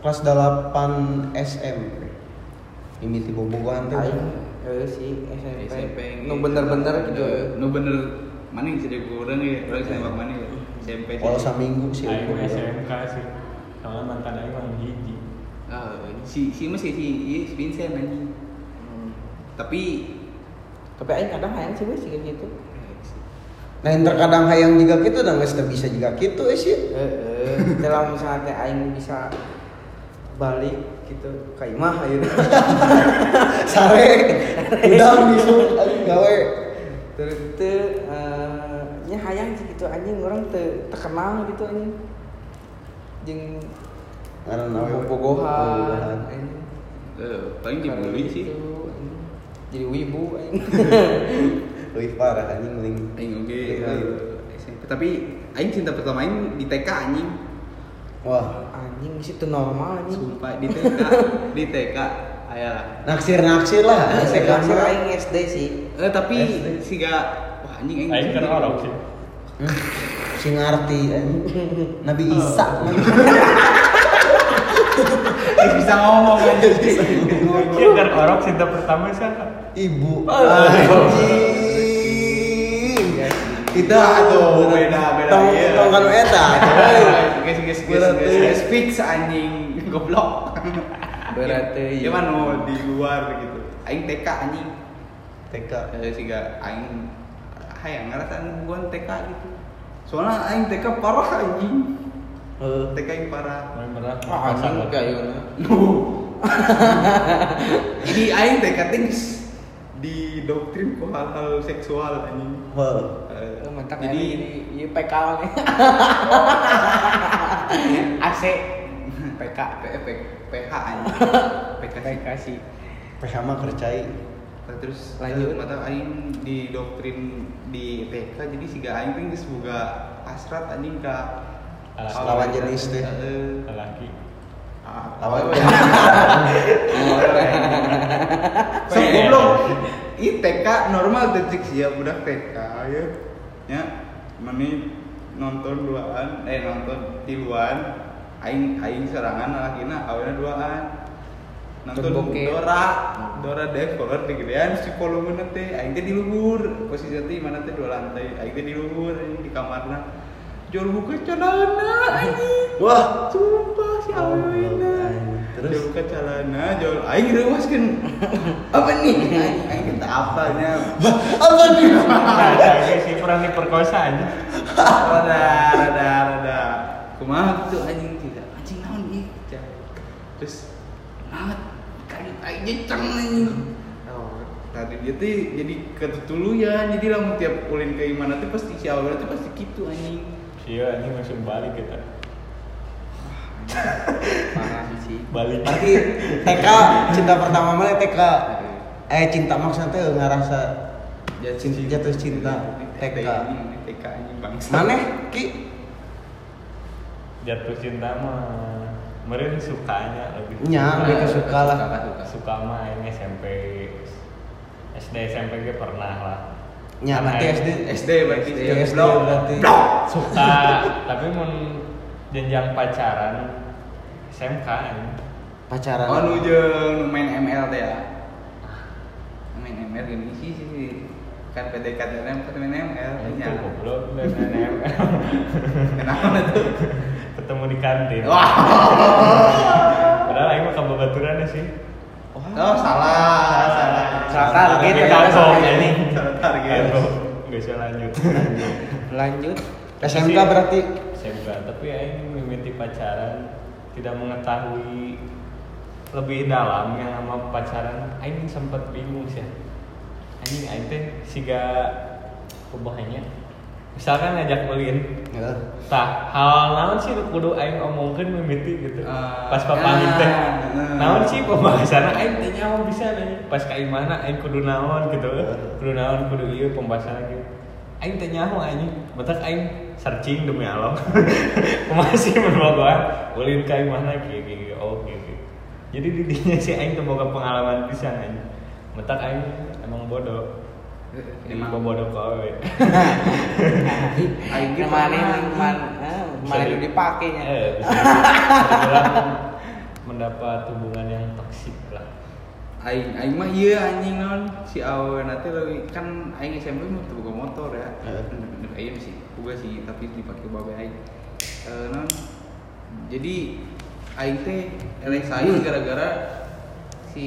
Speaker 1: kelas 8 SM. Mimiti bobogan teh.
Speaker 2: aing eh sih SMP,
Speaker 4: SMP
Speaker 2: nu bener-bener gitu ya.
Speaker 4: nu bener mana yang jadi kurang ya orang nembak mana ya SMP
Speaker 1: Kalau saminggu sih.
Speaker 3: Aing
Speaker 1: bobogan.
Speaker 3: SMK sih. Soalnya mantan aing mah hiji.
Speaker 4: Ah, si si masih si iya, si Vincent anjing
Speaker 2: Hmm.
Speaker 4: tapi
Speaker 2: tapi aing kadang hayang sih weh sih kayak gitu
Speaker 1: Nah, yang terkadang hayang juga gitu dan geus teu bisa juga gitu eh, sih.
Speaker 2: Heeh, kalau misalnya teh aing bisa balik gitu ka imah ayeuna.
Speaker 1: Sare udang di sup anjing gawe.
Speaker 2: terus itu eh, nya hayang sih gitu anjing orang te terkenal gitu anjing jeung
Speaker 1: Ngaran
Speaker 2: bobogohan anjing.
Speaker 4: eh, paling
Speaker 2: Karena
Speaker 4: dibully sih
Speaker 2: gitu, anjing. jadi wibu anjing
Speaker 1: Lebih parah anjing mending.
Speaker 4: Aing oke
Speaker 1: Lebih-
Speaker 4: eh, SMP tapi Aing cinta pertama Aing di TK anjing
Speaker 1: Wah,
Speaker 2: anjing sih itu normal anjing
Speaker 4: sumpah di TK di TK ayalah
Speaker 1: naksir-naksir lah.
Speaker 4: Iya,
Speaker 2: Nah,
Speaker 1: anjing,
Speaker 2: saya
Speaker 1: mah.
Speaker 2: aing SD sih
Speaker 4: eh tapi
Speaker 1: SD.
Speaker 4: si ga wah anjing Aing
Speaker 3: Aing
Speaker 4: cinta.
Speaker 3: kenal sih.
Speaker 1: Hmm, Sing ngarti anjing. Nabi Isa.
Speaker 4: Ah. Aing bisa ngomong anjing
Speaker 3: Iya, karena orang cinta pertama siapa?
Speaker 1: Ibu.
Speaker 4: Ah, iya,
Speaker 3: Aduh.
Speaker 1: Anjing. Kita
Speaker 4: Aduh, iya. beda, beda,
Speaker 1: Tong-
Speaker 4: iya.
Speaker 1: Tong kan eta. coy.
Speaker 4: guys guys guys guys guys fix anjing goblok
Speaker 2: Berarti,
Speaker 4: ya mana di luar gitu aing TK anjing
Speaker 1: TK.
Speaker 4: eh sih gak aing hayang ngerasa bukan TK gitu soalnya aing TK parah anjing TK yang parah
Speaker 3: Main berat.
Speaker 2: Ah, anjing kayak gitu.
Speaker 4: jadi aing TK things di doktrin ku hal-hal seksual anjing
Speaker 1: Wow.
Speaker 4: Eh,
Speaker 2: Mentak
Speaker 4: jadi
Speaker 2: anjing, jadi ieu PK we.
Speaker 4: AC PK PF PH anjing PK sih.
Speaker 2: PK sih
Speaker 1: PH mah kercai.
Speaker 4: Nah, terus
Speaker 2: Lanjut.
Speaker 4: lanjut mata aing di doktrin di TK jadi siga aing teh geus boga hasrat anjing ka
Speaker 3: Alas-
Speaker 4: ka Eh,
Speaker 1: lawan jenis teh.
Speaker 4: Heeh.
Speaker 3: Lelaki.
Speaker 4: Awal belum. Ih TK normal detik sih ya budak TK ya. Ya, meni nonton duaan, eh nonton tiluan, aing aing serangan anakina awalnya duaan. Nonton
Speaker 2: Cebokeh.
Speaker 4: Dora, Dora Devor di gedean si kolomena teh aing teh di luhur. Posisi teh mana teh dua lantai, aing teh di luhur aing di kamarna. Jor buka celana anjing.
Speaker 1: Wah.
Speaker 4: Sumpah si awena.
Speaker 1: Terus?
Speaker 4: Terus dia buka celana, jual aing rewaskeun. Apa nih? Aing aing kita apanya?
Speaker 1: Apa nih?
Speaker 3: si kurang diperkosa aja
Speaker 4: Rada rada rada. Kumaha gitu anjing tidak. Anjing naon ieu? Cah. Terus banget kali aing jeceng anjing. Oh, Tadi dia tuh jadi ketutuluyan, jadi lamun tiap ulin ke mana tuh pasti si awena tuh pasti gitu anjing.
Speaker 3: Iya, anjing masih balik kita
Speaker 2: parah sih
Speaker 3: Balik
Speaker 1: Berarti TK cinta pertama mana TK? Eh cinta maksudnya teh ngarasa cinta jatuh cinta TK.
Speaker 4: ini TK anjing bangsa.
Speaker 1: Mana Ki?
Speaker 3: Jatuh cinta mah Meren sukanya lebih
Speaker 2: Ah,
Speaker 1: Nya, lebih ke suka lah.
Speaker 3: Suka mah ini SMP SD SMP gue pernah lah
Speaker 1: Nya berarti SD.
Speaker 4: SD berarti
Speaker 1: SD,
Speaker 4: setiap
Speaker 1: SD
Speaker 4: blok.
Speaker 1: berarti.
Speaker 4: Blok.
Speaker 3: Suka, tapi mau jenjang pacaran SMK anjing.
Speaker 1: Pacaran.
Speaker 4: Oh nu jeung nu main ML teh ya. Main ML gini sih sih, sih. Kan PDKT nya bukan main ML nya.
Speaker 3: Itu goblok dan NML
Speaker 4: Kenapa lah tuh?
Speaker 3: Ketemu di kantin
Speaker 4: Wah.
Speaker 3: Padahal aing mah kababaturan sih
Speaker 4: Oh salah, salah.
Speaker 2: Salah target,
Speaker 3: Tapi
Speaker 2: ya,
Speaker 3: kagok
Speaker 2: salah
Speaker 3: ini
Speaker 4: Salah target.
Speaker 3: Kagok. Nggak bisa lanjut
Speaker 2: lanjut
Speaker 1: SMK berarti
Speaker 3: SMK, tapi aing mimiti pacaran Tidak mengetahui lebih dalam yang sama pacaran Aing sempat bingung sih Anjing aing teh siga perubahannya Misalkan ngajak ulin
Speaker 1: Ya.
Speaker 3: Tah, hal naon sih nu kudu aing omongkeun mimiti gitu.
Speaker 4: Ah,
Speaker 3: pas papangin teh.
Speaker 4: nah.
Speaker 3: Naon sih pembahasanna aing teh nyaho bisa nih. Pas ka ieu mana aing kudu naon gitu. Kudu naon kudu ieu pembahasanna gitu. Aing teh nyaho anjing. Betak aing searching demi Allah. Masih menurut gua ulin ka ieu mana kieu kieu kieu. oh kieu kieu. Jadi di dinya sih aing teu boga pengalaman pisan anjing. Betak aing emang bodoh. Emang
Speaker 4: Emang.
Speaker 3: bodoh kok awe.
Speaker 4: Aing ge
Speaker 2: mana
Speaker 4: pernah,
Speaker 2: man
Speaker 4: anjing.
Speaker 2: ah, mana itu dipakainya
Speaker 3: Eh, bisa dibilang mendapat hubungan yang toksik lah.
Speaker 4: Aing, aing mah iya anjing non si Awe nanti lagi kan aing SMP mau buka motor ya.
Speaker 1: Heeh.
Speaker 4: Nek aing sih, boga sih tapi dipakai babe aing. Eh non. Jadi aing teh eleh saing gara-gara si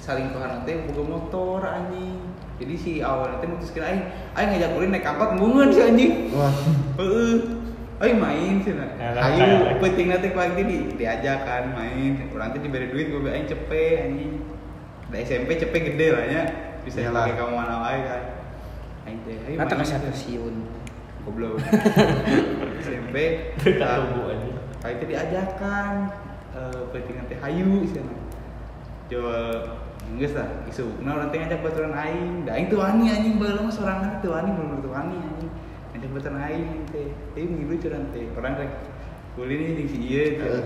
Speaker 4: salingkuhan teh boga motor anjing. Jadi si Awe nanti mutuskeun aing, aing ngajak ulin naik angkot bungeun si anjing.
Speaker 1: Wah.
Speaker 4: Heeh. Aing main sih nah.
Speaker 3: Eleh, eleh.
Speaker 4: Aing penting nanti paling di diajak kan main. Orang nanti diberi duit gue aing cepe anjing. Dari SMP cepe gede lah ya. Bisa
Speaker 1: Iyalah.
Speaker 4: pakai kamu mana wae kan. Aing teh ayo
Speaker 2: Nah,
Speaker 4: main.
Speaker 2: tekan satu siun.
Speaker 4: goblok. SMP
Speaker 3: Kita
Speaker 4: nah,
Speaker 3: tunggu aja.
Speaker 4: aing teh diajakan eh penting nanti hayu sih nah. Jual Enggak lah, isu. Nah orang teh ngajak baturan aing, da aing tuh wani anjing belum sorangan tuh wani belum tuh wani anjing. Ngajak baturan aing teh, tapi ngilu curan teh. Orang rek kulit ini jeung si ieu teh.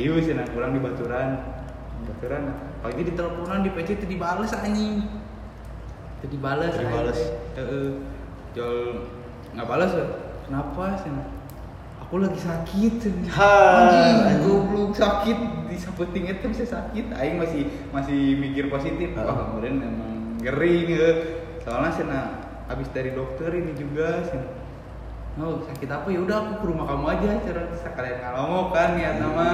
Speaker 4: Ayo sih nah, kurang di baturan, baturan. Pagi di teleponan di PC teh dibales anjing. Teh dibales.
Speaker 1: Teu
Speaker 4: aing
Speaker 1: dibales.
Speaker 4: teh. Heeh. Jol nggak balas ya? Kenapa sih? nah? Aku lagi sakit. sih, nah.
Speaker 1: Ha,
Speaker 4: Anjing,
Speaker 1: anjing.
Speaker 4: goblok sakit di sapeting itu bisa sakit aing masih masih mikir positif
Speaker 1: Heeh.
Speaker 4: wah kemarin emang gering ya soalnya sana habis dari dokter ini juga sana oh sakit apa ya udah aku ke rumah kamu aja cara sekalian ngalongok kan niat
Speaker 1: Iya.
Speaker 4: nama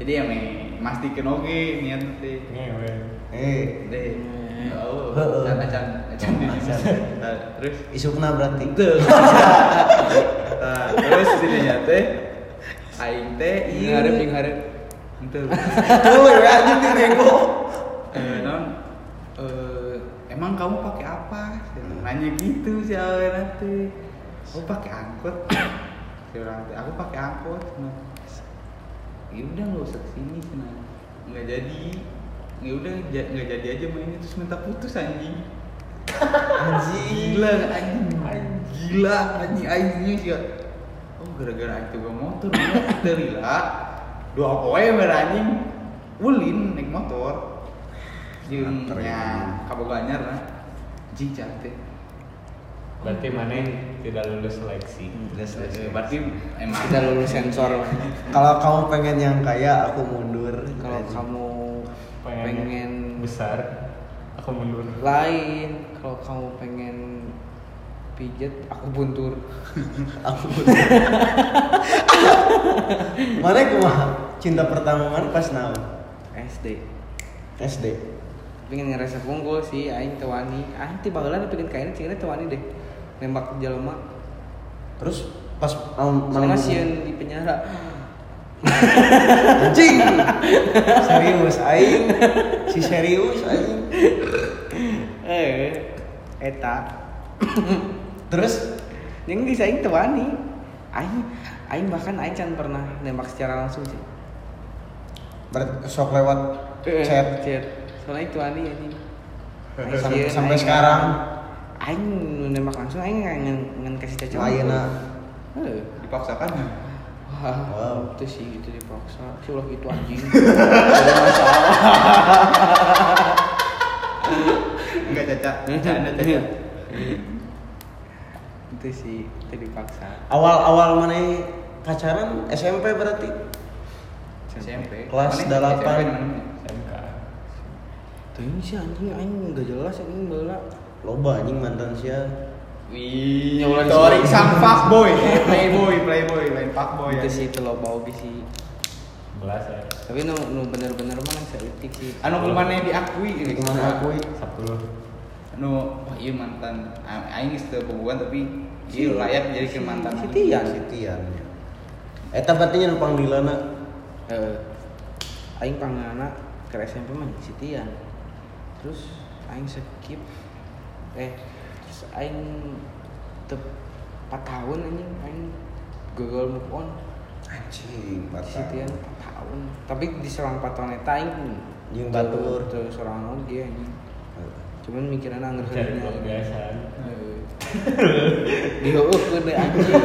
Speaker 4: jadi ya me mastikan oke niat nanti
Speaker 3: Ngewe.
Speaker 1: Eh,
Speaker 4: deh oh
Speaker 1: Heeh.
Speaker 4: acan acan acan di sini.
Speaker 1: Acan.
Speaker 4: Nah, terus
Speaker 1: isukna berarti.
Speaker 4: Betul. Nah, terus dirinya teh aing teh ieu.
Speaker 2: Ngarep jeung hareup.
Speaker 4: Betul.
Speaker 1: Tuh, ya anjing di nego.
Speaker 4: Eh, non eh, emang kamu pakai apa? Saya bilang, Nanya gitu si Awe nanti. Aku pakai angkot. Saya bilang, aku pakai angkot. Nah, ya udah nggak usah kesini sana. Nggak jadi. Ya udah ja- nggak jadi aja mainnya terus minta putus anjing.
Speaker 1: Anjing.
Speaker 4: gila anjing anjing gila anjing anjingnya sih oh gara-gara itu gua motor gila dua poe merah anjing ulin naik motor jeung
Speaker 1: Nganter,
Speaker 4: nya
Speaker 1: anjing.
Speaker 4: kaboga anyar lah anjing cantik
Speaker 3: Berarti mana tidak lulus seleksi.
Speaker 1: Iya,
Speaker 4: Eh, berarti emang
Speaker 2: kita lulus sensor
Speaker 1: Kalau kamu pengen yang kaya, aku mundur.
Speaker 2: kalau
Speaker 1: Anjing.
Speaker 2: kamu
Speaker 3: Pengen,
Speaker 2: pengen
Speaker 3: besar. Aku mundur.
Speaker 2: lain kalau kamu pengen pijet aku buntur
Speaker 1: aku mana kumaha cinta pertama mana pas naon
Speaker 2: SD
Speaker 1: SD
Speaker 2: pengen ngerasa unggul sih aing teu wani aing ti baheula pengen kain cingna teu wani deh nembak jelema
Speaker 1: terus pas um,
Speaker 2: soalnya sieun di penjara
Speaker 1: anjing serius aing si serius aing
Speaker 2: eh eta
Speaker 1: terus
Speaker 2: yang geus aing teu wani aing aing bahkan aing can pernah nembak secara langsung sih
Speaker 1: ber- sok lewat
Speaker 2: Eh,
Speaker 1: chat
Speaker 2: chat soalnya itu wani anjing Aing
Speaker 1: Sam-
Speaker 2: sieun,
Speaker 1: sampai
Speaker 2: aing-
Speaker 1: sekarang
Speaker 2: aing nu nembak langsung aing ngan ngan kasih cacat
Speaker 1: lainnya
Speaker 2: Heuh.
Speaker 4: dipaksakan ya?
Speaker 2: Eh, Wah,
Speaker 1: Wow.
Speaker 2: itu sih gitu dipaksa. Si ulah gitu anjing. Ada masalah.
Speaker 4: enggak caca
Speaker 2: Iya,
Speaker 4: canda caca
Speaker 2: Eh, Itu sih, itu dipaksa.
Speaker 1: awal awal mana pacaran SMP berarti
Speaker 4: SMP
Speaker 1: Kelas
Speaker 4: Mana?
Speaker 1: delapan.
Speaker 4: SMP namanya?
Speaker 3: SMK.
Speaker 2: Tuh ini sih anjing anjing enggak jelas anjing bola.
Speaker 1: loba anjing mantan sia
Speaker 2: Wih,
Speaker 4: Torik sang fuckboy, playboy, playboy, lain
Speaker 1: Oh,
Speaker 4: fuckboy ya.
Speaker 1: iya,
Speaker 2: Itu Gitu sih itu loba oge sih.
Speaker 3: Belas ya.
Speaker 2: Tapi nu nu bener-bener mah yang seletik sih.
Speaker 4: Anu kemana diakui ini
Speaker 1: gimana aku
Speaker 3: Sepuluh.
Speaker 4: Anu, wah oh iya mantan. A- Aing geus teu bobogan tapi iya layak jadi ke mantan.
Speaker 2: Si
Speaker 4: aing. Eh,
Speaker 2: Tian.
Speaker 1: sitian Eh, eta berarti nya panggilana
Speaker 2: Eh, aing pangana ke SMP mah di Sitian. Terus aing skip eh terus aing tep 4 tahun anjing aing gagal move on
Speaker 1: Anjing,
Speaker 2: di
Speaker 1: patah.
Speaker 2: Sitian 4 tahun. Tapi di selang 4 tahun eta aing
Speaker 1: Jeung batur.
Speaker 2: tuh seorang oge anjing. Cuman mikiranna anggar
Speaker 3: Cari
Speaker 2: heureungna.
Speaker 3: blok biasa.
Speaker 2: Heeh. Diheueukeun deh anjing.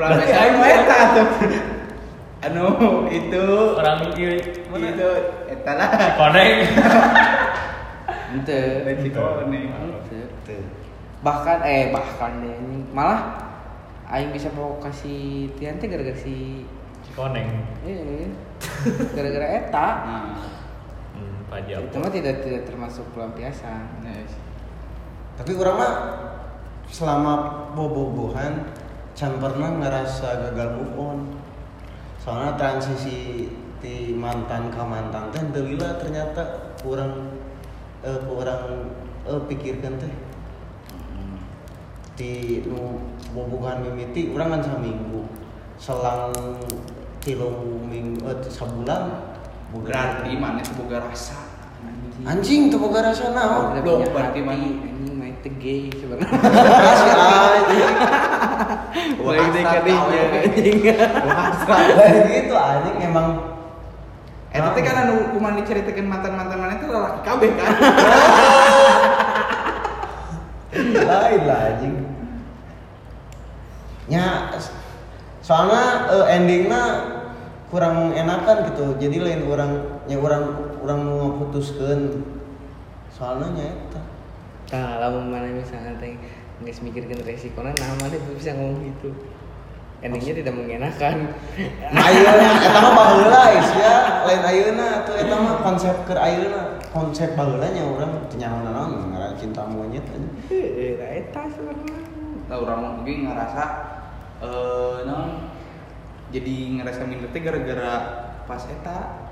Speaker 4: Berarti aing mah eta atuh. Anu itu
Speaker 3: Orang kiri. Mana?
Speaker 4: itu eta lah.
Speaker 3: Koneng.
Speaker 2: Henteu.
Speaker 4: Resiko nih.
Speaker 2: Henteu.
Speaker 1: Tuh.
Speaker 2: bahkan eh bahkan deh anjing. malah aing bisa provokasi Tian teh gara-gara si
Speaker 3: Koneng.
Speaker 2: eh gara-gara eta
Speaker 4: Nah,
Speaker 3: Hmm, pajak.
Speaker 2: itu mah tidak tidak termasuk pelampiasan
Speaker 4: nice.
Speaker 1: Tapi kurang mah selama bobogohan can pernah ngerasa gagal move on. Soalnya transisi ti mantan ke mantan teh teu lila ternyata kurang eh, kurang eh, pikirkan teh di nu bobogohan mimiti urang kan saminggu selang tilung minggu eh, sabulan boga-
Speaker 4: Berarti mana boga rasa.
Speaker 1: anjing tuh boga oh. rasa naon
Speaker 2: Tidak
Speaker 4: Loh,
Speaker 2: punya hati,
Speaker 4: berarti mana?
Speaker 2: anjing main teh gay sebenarnya
Speaker 1: Kasih anjing.
Speaker 4: Boleh
Speaker 2: Asal
Speaker 4: deh kadinya,
Speaker 2: tahu, ya.
Speaker 4: anjing.
Speaker 1: Kayak gitu anjing emang
Speaker 4: Eta teh kan anu kuman diceritakeun mantan-mantan mana teh lalaki kabeh kan.
Speaker 1: lain lah anjing. Ya s- soalnya eh, endingnya kurang enakan gitu. Jadi lain orang ya orang orang mau putuskan soalnya nya eta.
Speaker 2: nah lamun mana misalnya teh nggak mikirkan resikonya nah mana bisa ngomong gitu endingnya tidak mengenakan
Speaker 1: Ayeuna eta mah baheula is ya, lain ayeuna atuh eta mah konsep keur ayeuna. Konsep baheula nya urang teu nyaho naon ngaran cinta monyet anjing.
Speaker 2: Eh, nah, eta sebenarnya
Speaker 4: Nah, orang mungkin ngerasa eh non jadi ngerasa minder teh gara-gara pas eta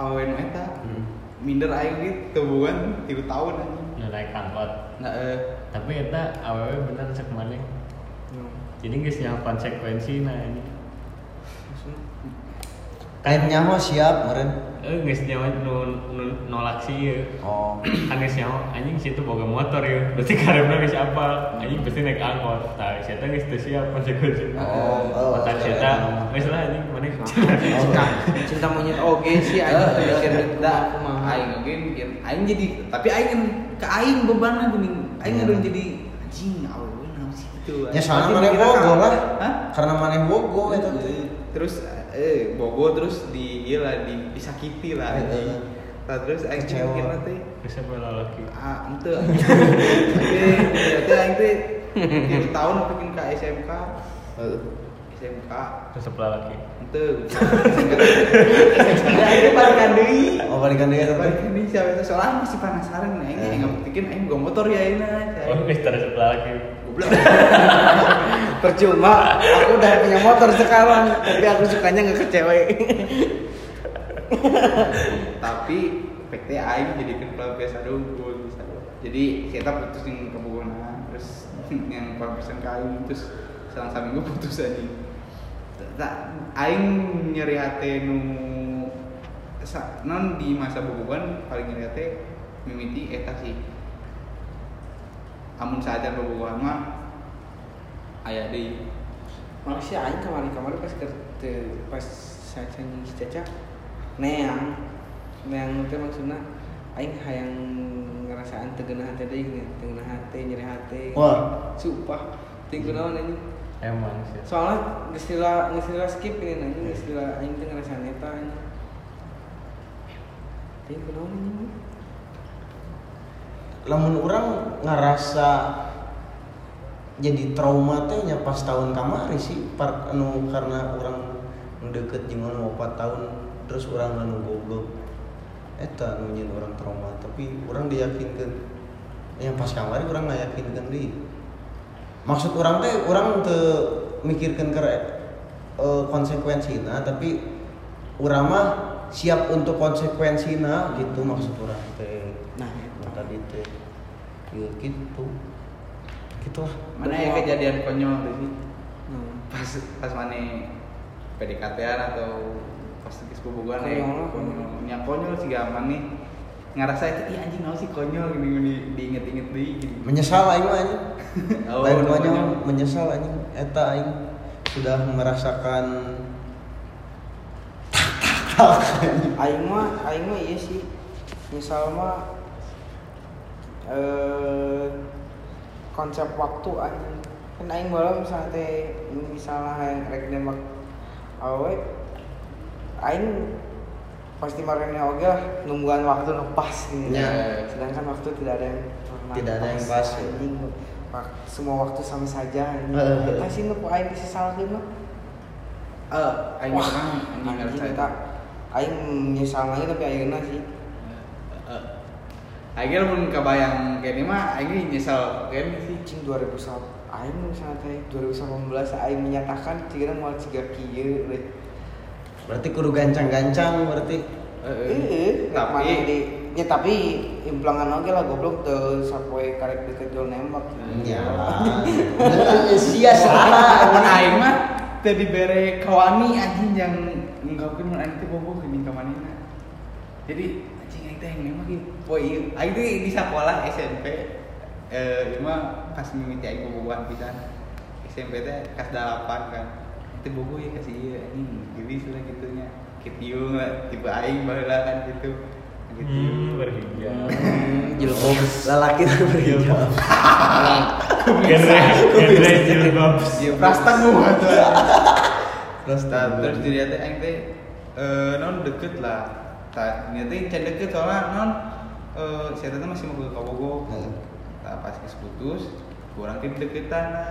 Speaker 4: awen eta
Speaker 1: Hmm.
Speaker 4: minder aing ge tebuan tilu tahun anjing.
Speaker 3: Nah, naik angkot.
Speaker 4: Nah, eh
Speaker 3: Tapi eta awalnya bener cek mana.
Speaker 2: Hmm,
Speaker 3: Jadi geus nyaho konsekuensi nah ini.
Speaker 2: maksudnya
Speaker 1: Lain nyaho siap meureun.
Speaker 3: Eh geus nyaho nu, nu nolak sih ya.
Speaker 1: Oh.
Speaker 3: Kan geus nyaho anjing situ boga motor ya. Berarti karena geus apa? Anjing pasti naik angkot. Tah si eta geus teu siap konsekuensi.
Speaker 1: Oh, oh,
Speaker 3: Mata si eta geus lah anjing mana.
Speaker 2: cinta cinta monyet oh, oke sih
Speaker 4: eh,
Speaker 2: aja
Speaker 4: eh,
Speaker 2: mikir
Speaker 4: eh,
Speaker 2: kita
Speaker 4: dah,
Speaker 2: aku mah
Speaker 4: aing oge mikir aing jadi tapi aing kan ke aing bebanna geuning. Aing
Speaker 1: Hmm.
Speaker 4: ada jadi anjing awen naon sih itu.
Speaker 1: Ya soalnya
Speaker 2: Tapi
Speaker 1: mana
Speaker 2: kira-kira
Speaker 1: bogo
Speaker 2: kalau-
Speaker 1: lah.
Speaker 4: Hah?
Speaker 1: Karena mana bogo eta teh.
Speaker 4: terus eh bogo terus di ieu lah dipisakiti lah anjing. Tah terus aing
Speaker 1: Kecewa.
Speaker 4: mikir teh
Speaker 3: bisa lelaki
Speaker 4: ah ente Oke, berarti aing teh tilu tahun bikin ke SMK SMK
Speaker 3: bisa lelaki
Speaker 4: ente SMK aing balikan deui
Speaker 1: Oh balikan dia tapi
Speaker 4: balikan deui siapa itu soalnya masih penasaran aing aing ngamutikin aing gua motor ya aing
Speaker 3: oh mister lelaki
Speaker 4: goblok
Speaker 2: Percuma, aku udah punya motor sekarang, tapi aku sukanya nggak ke cewek.
Speaker 4: tapi PT aing jadikan pelampiasan unggul bisa jadi kita putusin ke Buwana terus yang pelampiasan ke aing terus selang seminggu putus aja tak aing nyeri hati nu sa- non di masa bobogan paling nyeri hati mimiti eta sih amun saja bobogan mah aya deui
Speaker 2: Malaysia aing kemarin-kemarin pas ke te- pas saya nyanyi si Caca neang neang itu maksudnya aing hayang ngerasaan tegenah hati deh ini tegenah hati nyeri hati
Speaker 1: Wah.
Speaker 2: sumpah tinggal naon anjing
Speaker 3: emang sih
Speaker 2: soalnya gestila gestila skip ini nanti gestila aing teh ngerasaan eta anjing tinggal naon anjing
Speaker 1: lamun orang ngerasa jadi trauma teh nya pas tahun kamari sih par anu karena orang nu deket jeung anu 4 tahun terus orang anu goblok eta anu nyeun orang trauma tapi orang diyakinkeun yang pas kamari orang ngayakinkeun deui maksud orang teh orang teu mikirkeun ke eh, konsekuensina tapi urang mah siap untuk konsekuensina gitu maksud orang teh
Speaker 2: nah
Speaker 1: Nah, tadi teh ya gitu gitulah
Speaker 4: mana ya kejadian konyol tuh sih
Speaker 2: nah
Speaker 4: pas pas mana PDKT atau pas di sepupuan ya
Speaker 2: Konyol lah,
Speaker 4: konyol nya konyol sih gaman nih ngerasa itu iya anjing naon sih konyol gini gini diinget-inget deui gini
Speaker 1: menyesal aing mah anjing
Speaker 4: Oh,
Speaker 1: lain
Speaker 4: udah
Speaker 1: banyak
Speaker 4: banyak.
Speaker 1: menyesal anjing eta aing sudah merasakan
Speaker 2: Aing mah, aing mah iya sih. Misal mah eh konsep waktu anjing. Kan aing bawa misalnya teh misalnya hayang rek nembak awe aing pasti marahnya oke lah nungguan waktu nu pas gitu.
Speaker 1: Ya.
Speaker 2: Sedangkan waktu tidak ada yang pernah
Speaker 1: Tidak ada yang pas. ya.
Speaker 2: Anjing, wak- semua waktu sama saja anjing.
Speaker 1: Heeh.
Speaker 2: Eta sih nu ku aing disesalkeun mah.
Speaker 4: eh aing
Speaker 2: Wah,
Speaker 4: orang anjing ngerasa
Speaker 2: anjing
Speaker 4: eta
Speaker 2: tak aing menyesal lagi tapi ayeuna sih
Speaker 4: Eh, aing ge mun kebayang kene mah aing ge nyesel kene sih
Speaker 2: cing 2000 aing misalnya teh 2018 aing menyatakan cigana moal ciga kieu deh
Speaker 1: berarti kudu gancang-gancang berarti
Speaker 2: Eh, heeh
Speaker 4: tapi
Speaker 2: di ya tapi implangan oge lah goblok teu sapoe karek deket jol nembak
Speaker 1: nyala sia salah
Speaker 4: Mun aing mah teu dibere kawani anjing yang ngungkapkeun mun aing teh bobo gini ka manehna. Jadi anjing aing teh yang mah gitu. Poe ieu aing teh di sekolah SMP eh cuma pas mimiti aing boboan pisan. SMP teh kelas 8 kan. Aing Teh bobo ya kasih ieu anjing geulis lah gitunya. Ketiung lah tipe aing baheula kan gitu. Gitu.
Speaker 3: hmm berhijab
Speaker 1: jilbab lalaki tuh berhijab
Speaker 3: genre genre jilbab
Speaker 4: Dia prastan nu atuh.
Speaker 1: terus
Speaker 4: Nah, terus dilihat teh aing teh eh, non deket lah. Tah nya teh can deket soalnya non eh saya teh masih mau ke Kabogo.
Speaker 1: Heeh.
Speaker 4: Tah pas geus putus, kurang teh deketan lah.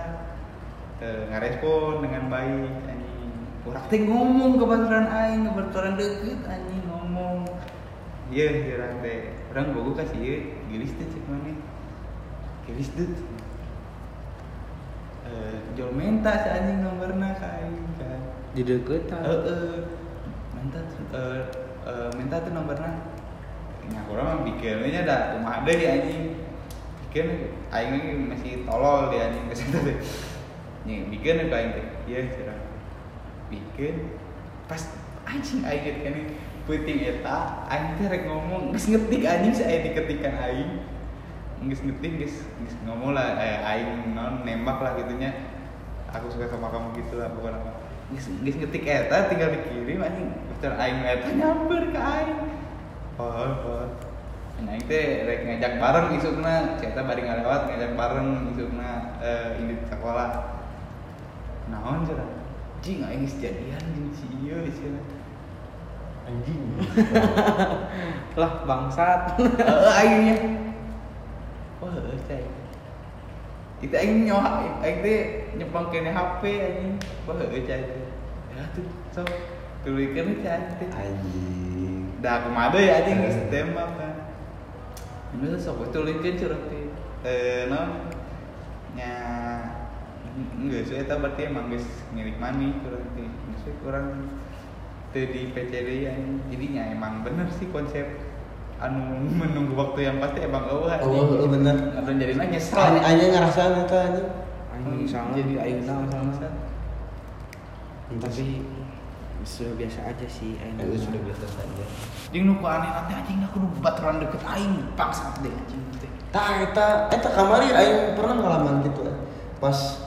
Speaker 4: Eh ngarespon dengan baik anjing. Kurang teh ngomong kebetulan aing, kebetulan deket anjing ngomong. Iya, kurang teh. Kurang Bogo kasih ieu gelis teh cek mana. Gelis teh. Eh jual menta si anjing nomorna ka aing kan.
Speaker 2: di deketan
Speaker 4: Eh, eh, minta tuh, eh, eh, minta tuh nomornya. Nah, kurang mah bikinnya dah cuma ada di anjing. Bikin aing lagi masih tolol di anjing ke situ deh. Nih, bikin apa aing teh? Iya, cerah. Bikin pas anjing aing get kan puting eta, aing teh rek ngomong, geus ngetik anjing si aing diketikan aing. Geus ngetik, geus geus ngomong lah eh, aing non nembak lah gitunya. Aku suka sama kamu gitu lah bukan apa. Geus geus ngetik eta tinggal dikirim anjing. Betul aing eta nyamper ke aing. Pohon, pohon. Nah, aing teh rek ngajak bareng isukna, cerita bari ngalewat ngajak bareng isukna eh ini sekolah. Naon cerah? anjing aing geus jadian jeung si ieu cenah.
Speaker 3: anjing
Speaker 2: lah bangsat Oh,
Speaker 4: Heeh aing nya. Wah, heueuh cai. Itu aing nyoha aing teh nyepeng kene HP anjing. Wah, heueuh cai. teh. Ya tuh sok tulikeun cai teh.
Speaker 1: anjing
Speaker 4: Dah kumada ya anjing geus tema kan. Ini sok tulikeun curhat teh. Eh, non nya enggak sih eta berarti emang geus milik mami kurang teh. Geus we kurang teu di PCD anjing. Jadinya emang bener sih konsep anu menunggu waktu yang pasti emang eueuh. anjing.
Speaker 1: Oh, oh, bener.
Speaker 4: Anu jadinya nyesel.
Speaker 1: Aing aing ngerasaan eta anjing
Speaker 2: anjing salah
Speaker 4: Jadi
Speaker 2: jadi
Speaker 4: ayeuna
Speaker 2: ayeuna
Speaker 4: masa
Speaker 2: salah gitu. tapi sudah biasa aja sih ayeuna
Speaker 1: itu sudah biasa saja
Speaker 4: Jeung nu ku aneh nanti anjing aku nu baturan deket aing pangsat deh anjing teh.
Speaker 1: Tah eta eta kamari aing pernah ngalaman gitu eh. Pas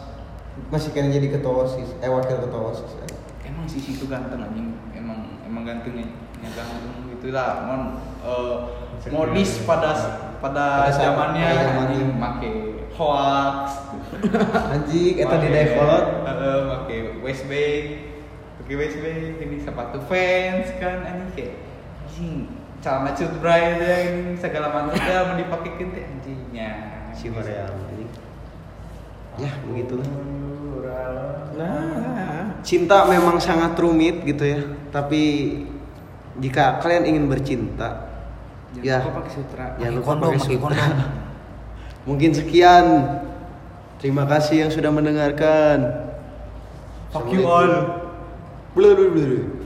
Speaker 1: masih kena jadi ketua OSIS, eh wakil ketua OSIS. eh.
Speaker 4: Emang si situ ganteng anjing. Emang emang ganteng ya. Ya ganteng gitulah. Mon eh, modis pada pada
Speaker 1: eh, Pada saat-
Speaker 4: zamannya
Speaker 1: pada zamannya.
Speaker 4: anjing make hoax.
Speaker 1: Anjing eta di dekolot.
Speaker 4: Heeh, eh, make Westbank. Pakai Westbank ini sepatu fans kan anjing kayak anjing celana cut bray aja ini segala macam ya mau dipakein teh anjingnya.
Speaker 1: Si Hoream anjing. Ya, begitulah.
Speaker 2: nah
Speaker 1: Cinta memang sangat rumit gitu ya, tapi jika kalian ingin bercinta,
Speaker 2: jangan
Speaker 1: ya
Speaker 2: lupa kan pakai sutra
Speaker 1: jangan lupa pakai sutra. Mungkin sekian. Terima kasih yang sudah mendengarkan.
Speaker 4: Fuck you all.
Speaker 1: Blur blur blur.